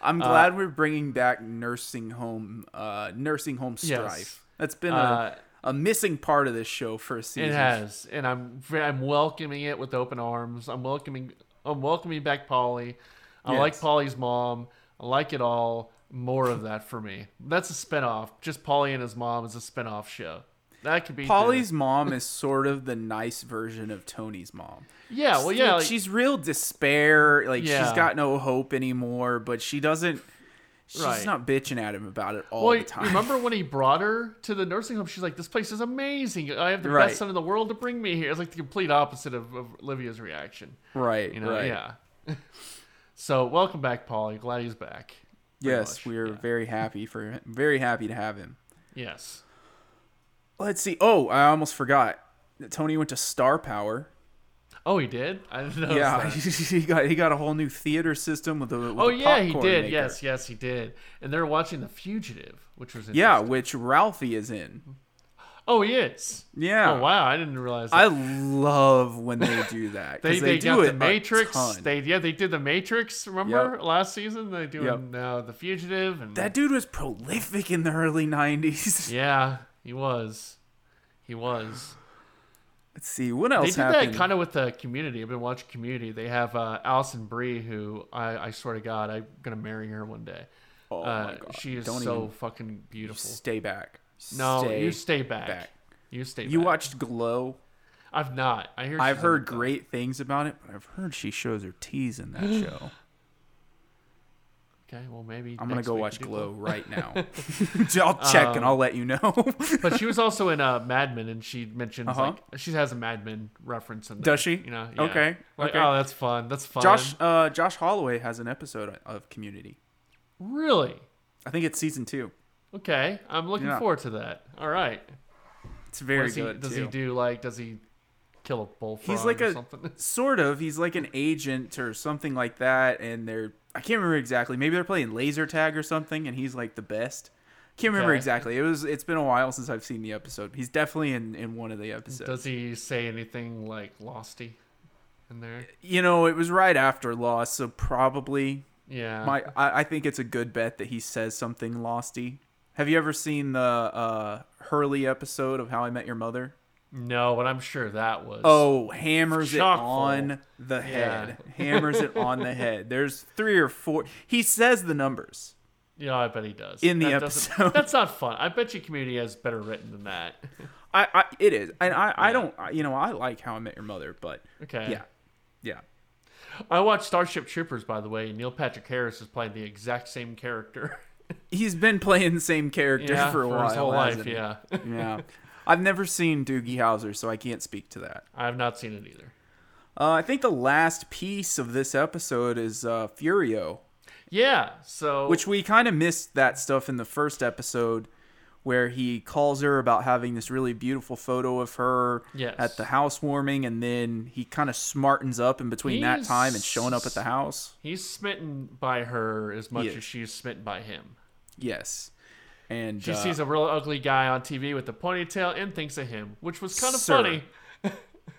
[SPEAKER 2] I'm
[SPEAKER 1] Uh,
[SPEAKER 2] glad we're bringing back nursing home uh nursing home
[SPEAKER 1] Yes.
[SPEAKER 2] strife. That's been
[SPEAKER 1] Uh,
[SPEAKER 2] a, a missing part of this show for a season.
[SPEAKER 1] It has, and I'm I'm welcoming it with open arms. I'm welcoming I'm welcoming back Polly. I like
[SPEAKER 2] Yes.
[SPEAKER 1] Polly's mom. I like it all. More of that for me. That's a spinoff. Just Polly and his mom is a spinoff show. That could be the-
[SPEAKER 2] Polly's mom is sort of the nice version of Tony's mom.
[SPEAKER 1] Yeah, well, yeah,
[SPEAKER 2] Like,
[SPEAKER 1] like-
[SPEAKER 2] she's real despair. Like
[SPEAKER 1] Yeah.
[SPEAKER 2] she's got no hope anymore, but she doesn't. She's
[SPEAKER 1] Right.
[SPEAKER 2] not bitching at him about it all
[SPEAKER 1] Well,
[SPEAKER 2] the time.
[SPEAKER 1] remember when he brought her to the nursing home? She's like, "This place is amazing. I have the
[SPEAKER 2] Right.
[SPEAKER 1] best son in the world to bring me here." It's like the complete opposite of, of Olivia's reaction.
[SPEAKER 2] Right.
[SPEAKER 1] You know?
[SPEAKER 2] right.
[SPEAKER 1] Yeah. so, welcome back, Polly. Glad he's back. Very
[SPEAKER 2] Yes,
[SPEAKER 1] much.
[SPEAKER 2] we are
[SPEAKER 1] Yeah.
[SPEAKER 2] very happy for him. Very happy to have him.
[SPEAKER 1] Yes.
[SPEAKER 2] Let's see. Oh, I almost forgot. Tony went to Star Power.
[SPEAKER 1] Oh, he did. I didn't know.
[SPEAKER 2] yeah, he got he got a whole new theater system with a. With
[SPEAKER 1] Oh
[SPEAKER 2] a
[SPEAKER 1] yeah, he
[SPEAKER 2] popcorn
[SPEAKER 1] did.
[SPEAKER 2] maker.
[SPEAKER 1] Yes, yes, he did. And they're watching The Fugitive, which was
[SPEAKER 2] Yeah,
[SPEAKER 1] interesting.
[SPEAKER 2] which Ralphie is in.
[SPEAKER 1] Oh, he is.
[SPEAKER 2] Yeah.
[SPEAKER 1] Oh wow, I didn't realize. That.
[SPEAKER 2] I love when they do that.
[SPEAKER 1] they,
[SPEAKER 2] 'cause
[SPEAKER 1] they,
[SPEAKER 2] do
[SPEAKER 1] got
[SPEAKER 2] it
[SPEAKER 1] the
[SPEAKER 2] a
[SPEAKER 1] Matrix.
[SPEAKER 2] ton.
[SPEAKER 1] They yeah, they did the Matrix. Remember
[SPEAKER 2] Yep.
[SPEAKER 1] last season? They doing
[SPEAKER 2] Yep.
[SPEAKER 1] uh, The Fugitive and
[SPEAKER 2] that dude was prolific in the early '90s.
[SPEAKER 1] Yeah, he was. He was.
[SPEAKER 2] Let's see what
[SPEAKER 1] They
[SPEAKER 2] else
[SPEAKER 1] did
[SPEAKER 2] happened.
[SPEAKER 1] that kind of with the community. I've been watching Community. They have uh, Allison Brie, who I, I swear to God, I'm gonna marry her one day.
[SPEAKER 2] oh
[SPEAKER 1] uh,
[SPEAKER 2] my god,
[SPEAKER 1] She is
[SPEAKER 2] Don't
[SPEAKER 1] so
[SPEAKER 2] even-
[SPEAKER 1] fucking beautiful.
[SPEAKER 2] stay back.
[SPEAKER 1] No,
[SPEAKER 2] stay
[SPEAKER 1] you stay back.
[SPEAKER 2] back.
[SPEAKER 1] You stay.
[SPEAKER 2] You
[SPEAKER 1] back.
[SPEAKER 2] watched Glow.
[SPEAKER 1] I've not. I hear.
[SPEAKER 2] I've
[SPEAKER 1] she's
[SPEAKER 2] heard
[SPEAKER 1] in it, though.
[SPEAKER 2] great things about it, but I've heard she shows her teas in that show.
[SPEAKER 1] Okay, well maybe
[SPEAKER 2] I'm gonna
[SPEAKER 1] next
[SPEAKER 2] go
[SPEAKER 1] week
[SPEAKER 2] watch
[SPEAKER 1] we do
[SPEAKER 2] Glow right now. I'll check and I'll let you know.
[SPEAKER 1] that. But she was also in uh, Mad Men, and she mentions
[SPEAKER 2] Uh-huh.
[SPEAKER 1] like she has a Mad Men reference in there.
[SPEAKER 2] Does she?
[SPEAKER 1] You know? yeah.
[SPEAKER 2] Okay,
[SPEAKER 1] Like,
[SPEAKER 2] okay.
[SPEAKER 1] Oh, that's fun. That's fun.
[SPEAKER 2] Josh uh, Josh Holloway has an episode of Community.
[SPEAKER 1] really?
[SPEAKER 2] I think it's season two.
[SPEAKER 1] Okay, I'm looking
[SPEAKER 2] Yeah.
[SPEAKER 1] forward to that. All right.
[SPEAKER 2] It's very
[SPEAKER 1] does he,
[SPEAKER 2] good.
[SPEAKER 1] Does
[SPEAKER 2] too.
[SPEAKER 1] he do like? Does he kill a bullfrog?
[SPEAKER 2] He's like
[SPEAKER 1] or
[SPEAKER 2] a
[SPEAKER 1] something?
[SPEAKER 2] sort of. He's like an agent or something like that, and they're I can't remember exactly. Maybe they're playing laser tag or something, and he's like the best. Can't remember
[SPEAKER 1] Okay.
[SPEAKER 2] exactly. It was. It's been a while since I've seen the episode. He's definitely in in one of the episodes.
[SPEAKER 1] Does he say anything like losty in there?
[SPEAKER 2] you know, it was right after Lost, so probably
[SPEAKER 1] Yeah.
[SPEAKER 2] My, I, I think it's a good bet that he says something losty. Have you ever seen the uh, Hurley episode of How I Met Your Mother?
[SPEAKER 1] no, but I'm sure that was.
[SPEAKER 2] Oh, hammers it
[SPEAKER 1] Chock full.
[SPEAKER 2] on the head. hammers it on the head. There's three or four. He says the numbers.
[SPEAKER 1] yeah, I bet he does.
[SPEAKER 2] In the
[SPEAKER 1] That doesn't-
[SPEAKER 2] episode.
[SPEAKER 1] that's not fun. I bet you Community has better written than that.
[SPEAKER 2] I, I it is, and I, I don't. I, you know, I like How I Met Your Mother, but
[SPEAKER 1] Okay.
[SPEAKER 2] yeah, yeah.
[SPEAKER 1] I watched Starship Troopers, by the way. and Neil Patrick Harris is playing the exact same character.
[SPEAKER 2] He's been playing the same character
[SPEAKER 1] yeah,
[SPEAKER 2] for a while.
[SPEAKER 1] his whole life.
[SPEAKER 2] hasn't he?
[SPEAKER 1] Yeah.
[SPEAKER 2] yeah. I've never seen Doogie Howser, so I can't speak to that.
[SPEAKER 1] I have not seen it either.
[SPEAKER 2] Uh, I think the last piece of this episode is uh, Furio,
[SPEAKER 1] Yeah. So.
[SPEAKER 2] which we kind of missed that stuff in the first episode where he calls her about having this really beautiful photo of her
[SPEAKER 1] Yes.
[SPEAKER 2] at the housewarming, and then he kind of smartens up in between that time and showing up at the house.
[SPEAKER 1] He's smitten by her as much
[SPEAKER 2] is.
[SPEAKER 1] as she's smitten by him.
[SPEAKER 2] Yes. And
[SPEAKER 1] She
[SPEAKER 2] uh,
[SPEAKER 1] sees a real ugly guy on TV with a ponytail and thinks of him, which was kind of
[SPEAKER 2] Sir.
[SPEAKER 1] funny.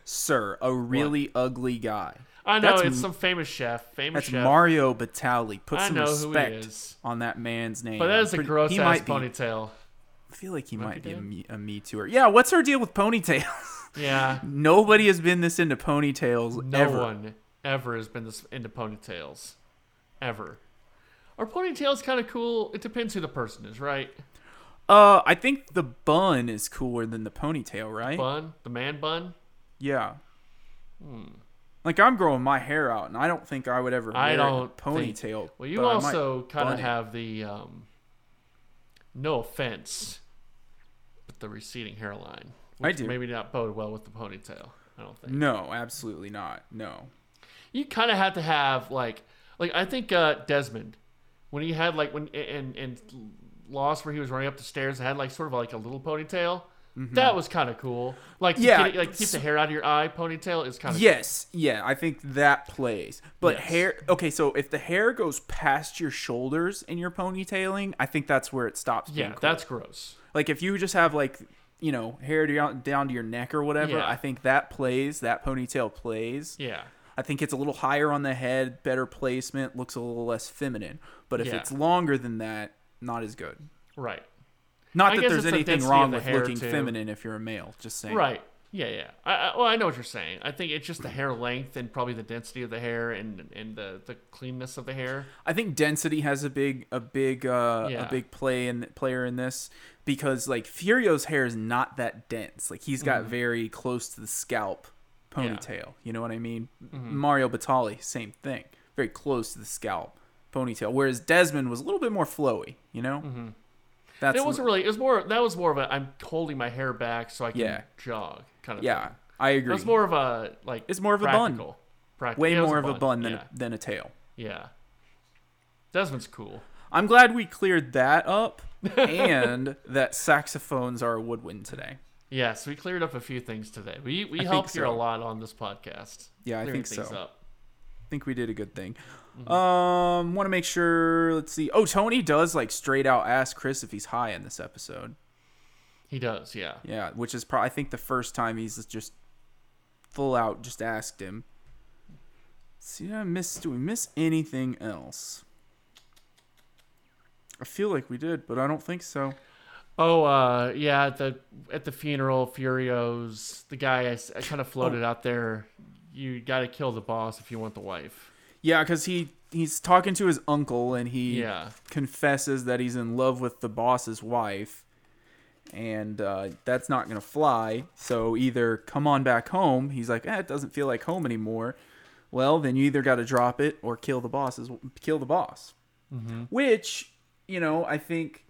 [SPEAKER 2] Sir, a really ugly guy.
[SPEAKER 1] I know
[SPEAKER 2] That's
[SPEAKER 1] it's
[SPEAKER 2] M-
[SPEAKER 1] some famous chef, famous
[SPEAKER 2] That's
[SPEAKER 1] chef.
[SPEAKER 2] Mario Batali. Put
[SPEAKER 1] I
[SPEAKER 2] some
[SPEAKER 1] know who he
[SPEAKER 2] respect
[SPEAKER 1] is.
[SPEAKER 2] on that man's name.
[SPEAKER 1] but that is a
[SPEAKER 2] Pretty-
[SPEAKER 1] gross
[SPEAKER 2] he
[SPEAKER 1] ass
[SPEAKER 2] might be-
[SPEAKER 1] ponytail.
[SPEAKER 2] I feel like he might be a
[SPEAKER 1] dead?
[SPEAKER 2] me, a me too. Yeah, what's her deal with ponytails?
[SPEAKER 1] Yeah,
[SPEAKER 2] Nobody has been this into ponytails
[SPEAKER 1] no
[SPEAKER 2] ever.
[SPEAKER 1] one ever has been this into ponytails, ever. Are ponytails kind of cool? It depends who the person is, right?
[SPEAKER 2] Uh, I think the bun is cooler than the ponytail, right?
[SPEAKER 1] Bun, the man bun.
[SPEAKER 2] Yeah. Like I'm growing my hair out, and I don't think I would ever.
[SPEAKER 1] I
[SPEAKER 2] wear
[SPEAKER 1] don't
[SPEAKER 2] a
[SPEAKER 1] think-
[SPEAKER 2] ponytail.
[SPEAKER 1] Well, you
[SPEAKER 2] but I might
[SPEAKER 1] also kind
[SPEAKER 2] bun
[SPEAKER 1] of
[SPEAKER 2] it.
[SPEAKER 1] have the um, no offense, but the receding hairline.
[SPEAKER 2] I
[SPEAKER 1] which
[SPEAKER 2] do.
[SPEAKER 1] Maybe not bode well with the ponytail. I don't think.
[SPEAKER 2] No, absolutely not. No.
[SPEAKER 1] you kind of had to have like like I think uh, Desmond when he had like when and and Lost where he was running up the stairs and had like sort of like a little ponytail. That was kind of cool. Like, you
[SPEAKER 2] Mm-hmm. Yeah,
[SPEAKER 1] get- like keep the hair out of your eye. Ponytail is kind of
[SPEAKER 2] Yes, yeah, I think that plays. But
[SPEAKER 1] Yes.
[SPEAKER 2] hair, okay, so if the hair goes past your shoulders in your ponytailing, I think that's where it stops. being
[SPEAKER 1] yeah.
[SPEAKER 2] cool.
[SPEAKER 1] That's gross.
[SPEAKER 2] like if you just have like you know hair down down to your neck or whatever.
[SPEAKER 1] Yeah.
[SPEAKER 2] I think that plays. That ponytail plays.
[SPEAKER 1] Yeah,
[SPEAKER 2] I think it's a little higher on the head, better placement, looks a little less feminine. But if
[SPEAKER 1] Yeah.
[SPEAKER 2] it's longer than that, not as good.
[SPEAKER 1] right,
[SPEAKER 2] Not
[SPEAKER 1] I
[SPEAKER 2] that
[SPEAKER 1] guess
[SPEAKER 2] there's
[SPEAKER 1] it's the
[SPEAKER 2] anything
[SPEAKER 1] density of
[SPEAKER 2] wrong
[SPEAKER 1] the
[SPEAKER 2] with
[SPEAKER 1] hair,
[SPEAKER 2] looking
[SPEAKER 1] too.
[SPEAKER 2] feminine if you're a male. Just saying.
[SPEAKER 1] right. Yeah, yeah. I, I, well, I know what you're saying. I think it's just the hair length and probably the density of the hair and and the the cleanness of the hair.
[SPEAKER 2] I think density has a big a big uh,
[SPEAKER 1] Yeah.
[SPEAKER 2] a big play in player in this because like Furio's hair is not that dense. Like he's
[SPEAKER 1] Mm-hmm.
[SPEAKER 2] got very close to the scalp ponytail. You know what I mean?
[SPEAKER 1] Mm-hmm.
[SPEAKER 2] Mario Batali, same thing. Very close to the scalp ponytail. Whereas Desmond was a little bit more flowy. You know,
[SPEAKER 1] Mm-hmm.
[SPEAKER 2] that's
[SPEAKER 1] it wasn't really. It was more. That was more of a. I'm holding my hair back so I can
[SPEAKER 2] Yeah.
[SPEAKER 1] jog kind of.
[SPEAKER 2] yeah.
[SPEAKER 1] thing.
[SPEAKER 2] I
[SPEAKER 1] It
[SPEAKER 2] agree.
[SPEAKER 1] was more of a like.
[SPEAKER 2] It's more of a bun.
[SPEAKER 1] practical. Practical.
[SPEAKER 2] way
[SPEAKER 1] Yeah, it was
[SPEAKER 2] more of a bun than
[SPEAKER 1] yeah.
[SPEAKER 2] a, than a tail.
[SPEAKER 1] yeah. Desmond's cool.
[SPEAKER 2] I'm glad we cleared that up and that saxophones are a woodwind today.
[SPEAKER 1] Yes, we cleared up a few things today. We we helped here a
[SPEAKER 2] so.
[SPEAKER 1] lot on this podcast.
[SPEAKER 2] Yeah, I
[SPEAKER 1] clearing
[SPEAKER 2] think
[SPEAKER 1] things
[SPEAKER 2] so.
[SPEAKER 1] Up.
[SPEAKER 2] think we did a good thing. Um, want to make sure. Let's see. Oh, Tony does like straight out ask Chris if he's high in this episode.
[SPEAKER 1] He does. Yeah.
[SPEAKER 2] Yeah, which is probably I think the first time he's just full out just asked him. see, did I miss? Do we miss anything else? I feel like we did, but I don't think so.
[SPEAKER 1] Oh, uh, yeah. At the at the funeral, Furios, the guy I,
[SPEAKER 2] Oh.
[SPEAKER 1] kind of floated out there. You got to kill the boss if you want the wife.
[SPEAKER 2] Yeah, because he he's talking to his uncle and he
[SPEAKER 1] Yeah.
[SPEAKER 2] confesses that he's in love with the boss's wife, and uh, that's not gonna fly. So either come on back home. He's like, eh, it doesn't feel like home anymore. Well, then you either got to drop it or kill the bosses. Kill the boss, which you know I think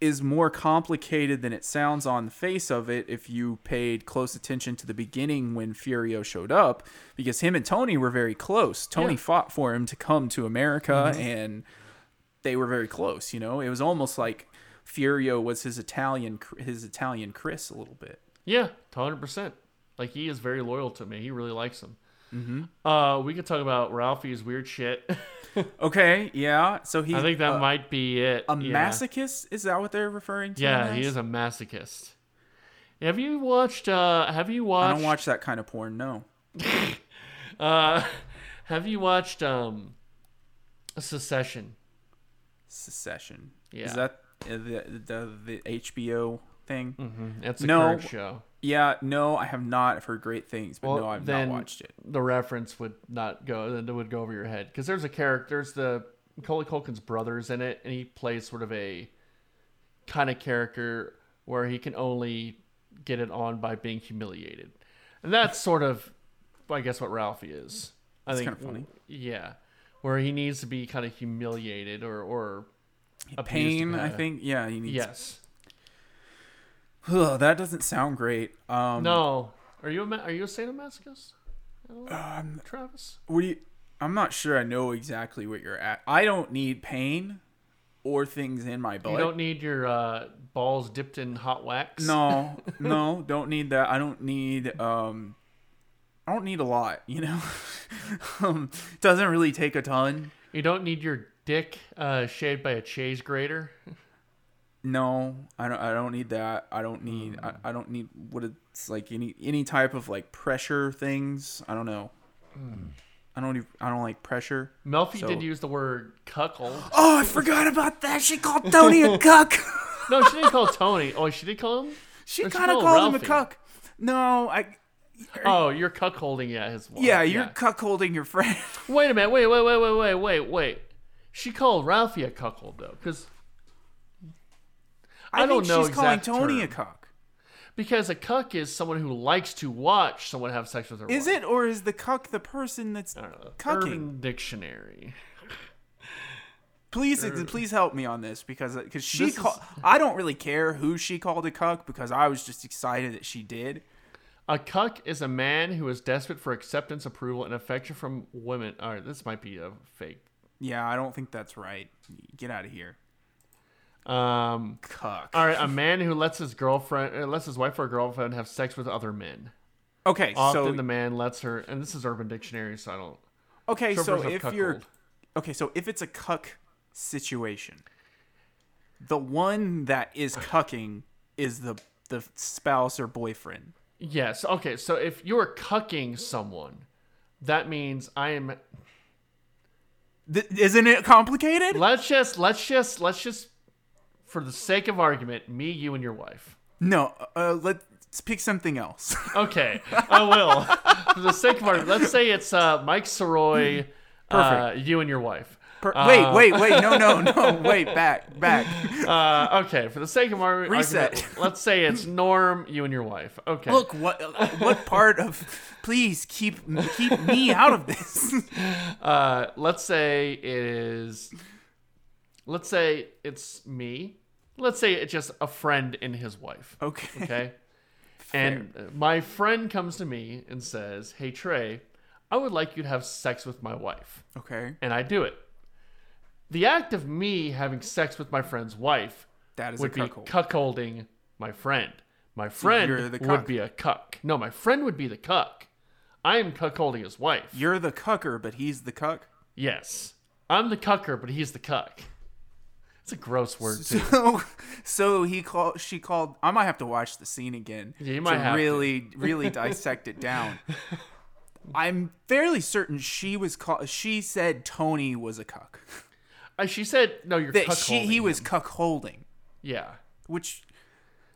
[SPEAKER 2] is more complicated than it sounds on the face of it if you paid close attention to the beginning when Furio showed up because him and Tony were very close. Tony
[SPEAKER 1] Yeah. Mm-hmm.
[SPEAKER 2] fought for him to come to America and they were very close, you know. It was almost like Furio was his Italian his Italian Chris a little bit.
[SPEAKER 1] Yeah, hundred percent. Like he is very loyal to me. He really likes him. Mm-hmm. Uh, we could talk about Ralphie's weird shit.
[SPEAKER 2] Okay, yeah. So he
[SPEAKER 1] I think that
[SPEAKER 2] uh,
[SPEAKER 1] might be it.
[SPEAKER 2] a
[SPEAKER 1] yeah.
[SPEAKER 2] masochist is that what they're referring to?
[SPEAKER 1] Yeah, he is a masochist. Have you watched? Uh, have you
[SPEAKER 2] I I
[SPEAKER 1] watched?
[SPEAKER 2] don't watch that kind of porn. No.
[SPEAKER 1] Uh, have you watched um, Secession?
[SPEAKER 2] Secession.
[SPEAKER 1] Yeah.
[SPEAKER 2] Is that uh, the the, the HBO thing?
[SPEAKER 1] Mm-hmm. That's the
[SPEAKER 2] No.
[SPEAKER 1] current show.
[SPEAKER 2] Yeah, no, I have not. I've heard great things, but
[SPEAKER 1] Well,
[SPEAKER 2] no, I've
[SPEAKER 1] then
[SPEAKER 2] not watched it.
[SPEAKER 1] The reference would not go. Then it would go over your head because there's a character. There's the Macaulay Culkin's brothers in it, and he plays sort of a kind of character where he can only get it on by being humiliated, and that's sort of, I guess, what Ralphie is. I think
[SPEAKER 2] kinda funny.
[SPEAKER 1] Yeah, where he needs to be kind of humiliated or or abused
[SPEAKER 2] Pain, I
[SPEAKER 1] kinda-
[SPEAKER 2] think. Yeah, you need.
[SPEAKER 1] Yes.
[SPEAKER 2] Ugh, that doesn't sound great. Um,
[SPEAKER 1] No. Are you a ma- are you a sadomasochist? Um, Travis.
[SPEAKER 2] what do you? I'm not sure. I know exactly what you're at. I don't need pain or things in my butt.
[SPEAKER 1] You don't need your uh, balls dipped in hot wax.
[SPEAKER 2] no, no, don't need that. I don't need. Um, I don't need a lot. You know, um, doesn't really take a ton.
[SPEAKER 1] You don't need your dick uh, shaved by a cheese grater.
[SPEAKER 2] No, I don't. I don't need that. I don't need.
[SPEAKER 1] Mm.
[SPEAKER 2] I, I don't need what it's like any any type of like pressure things. I don't know.
[SPEAKER 1] Mm.
[SPEAKER 2] I don't. ev- I don't like pressure.
[SPEAKER 1] Melfi
[SPEAKER 2] So-
[SPEAKER 1] did use the word cuckold.
[SPEAKER 2] Oh, I forgot about that. She called Tony a cuck.
[SPEAKER 1] No, she didn't call Tony. Oh, she did call him.
[SPEAKER 2] she
[SPEAKER 1] Or she
[SPEAKER 2] kind of
[SPEAKER 1] called
[SPEAKER 2] called him a cuck.
[SPEAKER 1] Ralphie.
[SPEAKER 2] No, I.
[SPEAKER 1] Oh, you're cuckolding Oh, yeah his wife.
[SPEAKER 2] Yeah, you're cuckolding your friend.
[SPEAKER 1] Wait a minute. Wait, wait, wait, wait, wait, wait, wait. She called Ralphie a cuckold though, because I, don't
[SPEAKER 2] think
[SPEAKER 1] know
[SPEAKER 2] She's calling
[SPEAKER 1] exact
[SPEAKER 2] Tony
[SPEAKER 1] term.
[SPEAKER 2] a cuck.
[SPEAKER 1] because a cuck is someone who likes to watch someone have sex with their
[SPEAKER 2] Is
[SPEAKER 1] wife.
[SPEAKER 2] it or is the cuck the person that's
[SPEAKER 1] I don't know.
[SPEAKER 2] cucking?
[SPEAKER 1] Urban Dictionary.
[SPEAKER 2] Please, please help me on this because because she
[SPEAKER 1] This is-
[SPEAKER 2] called. I don't really care who she called a cuck because I was just excited that she did.
[SPEAKER 1] A cuck is a man who is desperate for acceptance, approval, and affection from women. All right, this might be a fake.
[SPEAKER 2] Yeah, I don't think that's right. Get out of here.
[SPEAKER 1] Um,
[SPEAKER 2] Cuck.
[SPEAKER 1] all right, a man who lets his girlfriend, uh, lets his wife or girlfriend have sex with other men.
[SPEAKER 2] Okay,
[SPEAKER 1] Often
[SPEAKER 2] so
[SPEAKER 1] the man lets her, and this is Urban Dictionary, so I don't.
[SPEAKER 2] okay, so
[SPEAKER 1] Strippers have
[SPEAKER 2] if you're
[SPEAKER 1] cuckold.
[SPEAKER 2] okay, so if it's a cuck situation, the one that is cucking is the the spouse or boyfriend.
[SPEAKER 1] Yes. Okay. So if you're cucking someone, that means I am.
[SPEAKER 2] Th- isn't it complicated?
[SPEAKER 1] Let's just, let's just, let's just, for the sake of argument, me, you, and your wife.
[SPEAKER 2] No, uh, let's pick something else.
[SPEAKER 1] Okay, I will. For the sake of argument, let's say it's uh, Mike Soroy, uh, you and your wife.
[SPEAKER 2] Per-
[SPEAKER 1] Uh,
[SPEAKER 2] wait, wait, wait! No, no, no! Wait, back, back.
[SPEAKER 1] Uh, okay, for the sake of our
[SPEAKER 2] Reset.
[SPEAKER 1] argument, let's say it's Norm, you and your wife. Okay.
[SPEAKER 2] Look, what uh, what part of? Please keep keep me out of this.
[SPEAKER 1] Uh, let's say it is. Let's say it's me. Let's say it's just a friend and his wife.
[SPEAKER 2] Okay.
[SPEAKER 1] Okay. and uh, my friend comes to me and says, "Hey Trey, I would like you to have sex with my wife."
[SPEAKER 2] Okay,
[SPEAKER 1] and I do it. The act of me having sex with my friend's wife
[SPEAKER 2] that is
[SPEAKER 1] would
[SPEAKER 2] a
[SPEAKER 1] be
[SPEAKER 2] cuckold.
[SPEAKER 1] cuckolding my friend. My friend
[SPEAKER 2] you're the
[SPEAKER 1] would
[SPEAKER 2] cuck.
[SPEAKER 1] be a cuck. No, my friend would be the cuck. I am cuckolding his wife.
[SPEAKER 2] You're the cucker, but he's the cuck.
[SPEAKER 1] yes. I'm the cucker, but he's the cuck. It's a gross word, too.
[SPEAKER 2] So, so he called. She called. I might have to watch the scene again.
[SPEAKER 1] Yeah, you might
[SPEAKER 2] to
[SPEAKER 1] have to.
[SPEAKER 2] really, really dissect it down. I'm fairly certain she was called. She said Tony was a cuck.
[SPEAKER 1] Uh, she said, no, you're
[SPEAKER 2] That
[SPEAKER 1] cuckolding.
[SPEAKER 2] she he was cuck holding,
[SPEAKER 1] Yeah.
[SPEAKER 2] which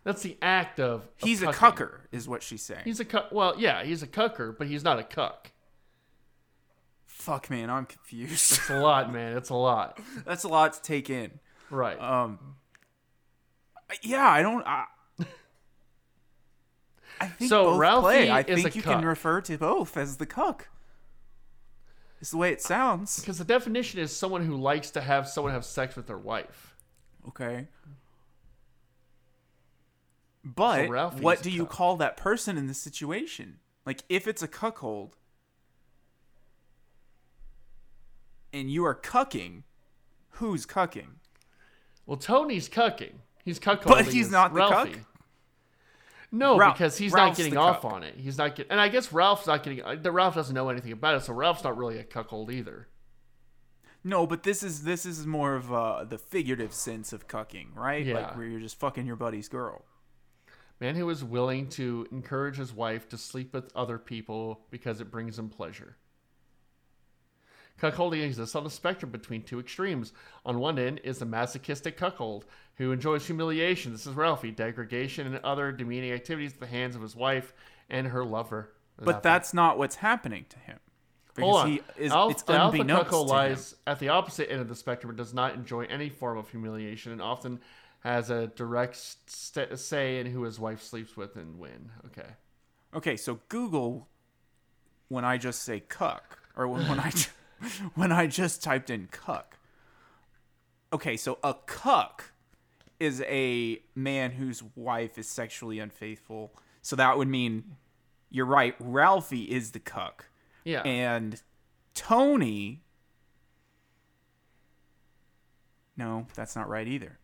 [SPEAKER 1] That's the act of. of
[SPEAKER 2] he's a
[SPEAKER 1] cucking.
[SPEAKER 2] cucker, is what she's saying.
[SPEAKER 1] He's a cuck. Well, yeah, he's a cucker, but he's not a cuck.
[SPEAKER 2] Fuck, man, I'm confused.
[SPEAKER 1] It's a lot, man. It's a lot.
[SPEAKER 2] That's a lot to take in.
[SPEAKER 1] Right.
[SPEAKER 2] Uh, Yeah, Um, I don't. I, I think
[SPEAKER 1] So
[SPEAKER 2] both
[SPEAKER 1] Ralphie
[SPEAKER 2] play. I
[SPEAKER 1] is
[SPEAKER 2] think
[SPEAKER 1] a
[SPEAKER 2] you can
[SPEAKER 1] cuck.
[SPEAKER 2] refer to both as the cuck. It's the way it sounds.
[SPEAKER 1] Because the definition is someone who likes to have someone have sex with their wife.
[SPEAKER 2] Okay. But
[SPEAKER 1] So Ralphie is
[SPEAKER 2] what
[SPEAKER 1] a
[SPEAKER 2] do you
[SPEAKER 1] cuck.
[SPEAKER 2] call that person in this situation? Like, if it's a cuckold and you are cucking, who's cucking?
[SPEAKER 1] Well, Tony's cucking. He's cuckolding.
[SPEAKER 2] he's
[SPEAKER 1] his-
[SPEAKER 2] not the
[SPEAKER 1] Ralphie.
[SPEAKER 2] cuck?
[SPEAKER 1] No,
[SPEAKER 2] Ralph-
[SPEAKER 1] because he's
[SPEAKER 2] Ralph's
[SPEAKER 1] not getting
[SPEAKER 2] the
[SPEAKER 1] off
[SPEAKER 2] cuck.
[SPEAKER 1] on it. He's not getting, and I guess Ralph's not getting. uh, The Ralph doesn't know anything about it, so Ralph's not really a cuckold either.
[SPEAKER 2] No, but this is this is more of uh, the figurative sense of cucking, right?
[SPEAKER 1] Yeah.
[SPEAKER 2] Like where you're just fucking your buddy's girl.
[SPEAKER 1] Man who is willing to encourage his wife to sleep with other people because it brings him pleasure. Cuckolding exists on the spectrum between two extremes. On one end is the masochistic cuckold who enjoys humiliation. This is Ralphie, degradation, and other demeaning activities at the hands of his wife and her lover.
[SPEAKER 2] But that's not what's happening to him.
[SPEAKER 1] Hold on.
[SPEAKER 2] he is
[SPEAKER 1] Alpha-
[SPEAKER 2] it's
[SPEAKER 1] the alpha
[SPEAKER 2] unbeknownst
[SPEAKER 1] cuckold
[SPEAKER 2] to him.
[SPEAKER 1] lies at the opposite end of the spectrum and does not enjoy any form of humiliation and often has a direct st- say in who his wife sleeps with and when. Okay.
[SPEAKER 2] Okay, so Google when I just say cuck or when, when I ju- when I just typed in cuck. Okay, so a cuck is a man whose wife is sexually unfaithful. So that would mean you're right, Ralphie is the cuck.
[SPEAKER 1] Yeah.
[SPEAKER 2] and Tony. No, that's not right either.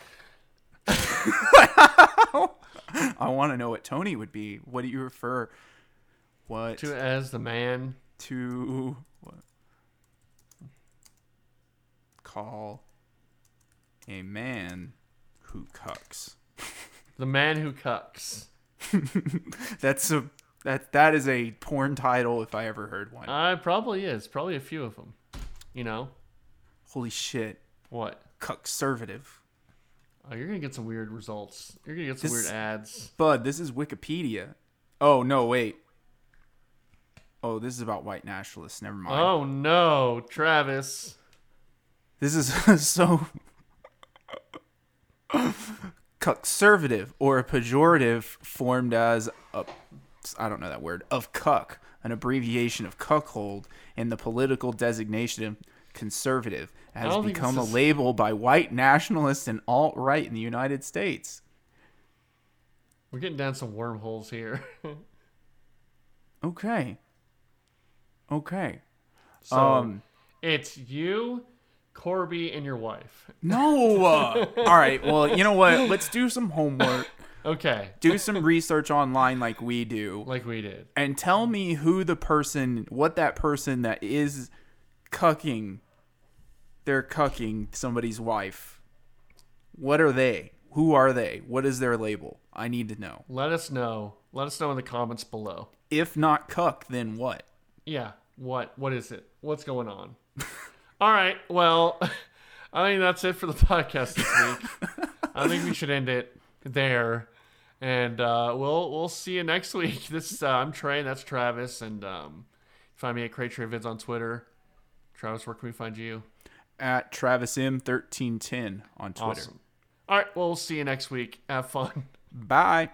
[SPEAKER 2] I want to know what Tony would be. What do you refer? What
[SPEAKER 1] to as the man.
[SPEAKER 2] to what? call a man who cucks?
[SPEAKER 1] The man who cucks.
[SPEAKER 2] That's a that that is a porn title if I ever heard one.
[SPEAKER 1] I Uh, probably is. Probably a few of them. You know?
[SPEAKER 2] Holy shit,
[SPEAKER 1] What?
[SPEAKER 2] cuckservative.
[SPEAKER 1] Oh, you're going to get some weird results. You're going to get some
[SPEAKER 2] This-
[SPEAKER 1] weird ads.
[SPEAKER 2] Bud, this is Wikipedia. Oh no, wait. Oh, this is about white nationalists. Never mind.
[SPEAKER 1] Oh, no, Travis.
[SPEAKER 2] This is so cuckservative or a pejorative formed as a I don't know that word of cuck, an abbreviation of cuckold, and the political designation of conservative has
[SPEAKER 1] don't think
[SPEAKER 2] become a
[SPEAKER 1] this is-
[SPEAKER 2] label by white nationalists and alt right in the United States.
[SPEAKER 1] We're getting down some wormholes here.
[SPEAKER 2] Okay. Okay.
[SPEAKER 1] so,
[SPEAKER 2] um
[SPEAKER 1] It's you, Corby, and your wife.
[SPEAKER 2] No. uh, all right. Well, you know what? Let's do some homework.
[SPEAKER 1] Okay,
[SPEAKER 2] Do some research online like we do
[SPEAKER 1] like we did.
[SPEAKER 2] and tell me who the person, what that person that is cucking, they're cucking somebody's wife. What are they? Who are they? What is their label? I need to know.
[SPEAKER 1] Let us know. Let us know in the comments below.
[SPEAKER 2] If not cuck, then what?
[SPEAKER 1] Yeah. What? What is it? What's going on? All right. Well, I think that's it for the podcast this week. I think we should end it there, and uh, we'll we'll see you next week. This is, uh, I'm Trey. That's Travis, and um, you find me at Cray Trey Vids on Twitter. Travis, where can we find you?
[SPEAKER 2] At TravisM1310 on Twitter.
[SPEAKER 1] Awesome. All right. Well, we'll see you next week. Have fun.
[SPEAKER 2] Bye.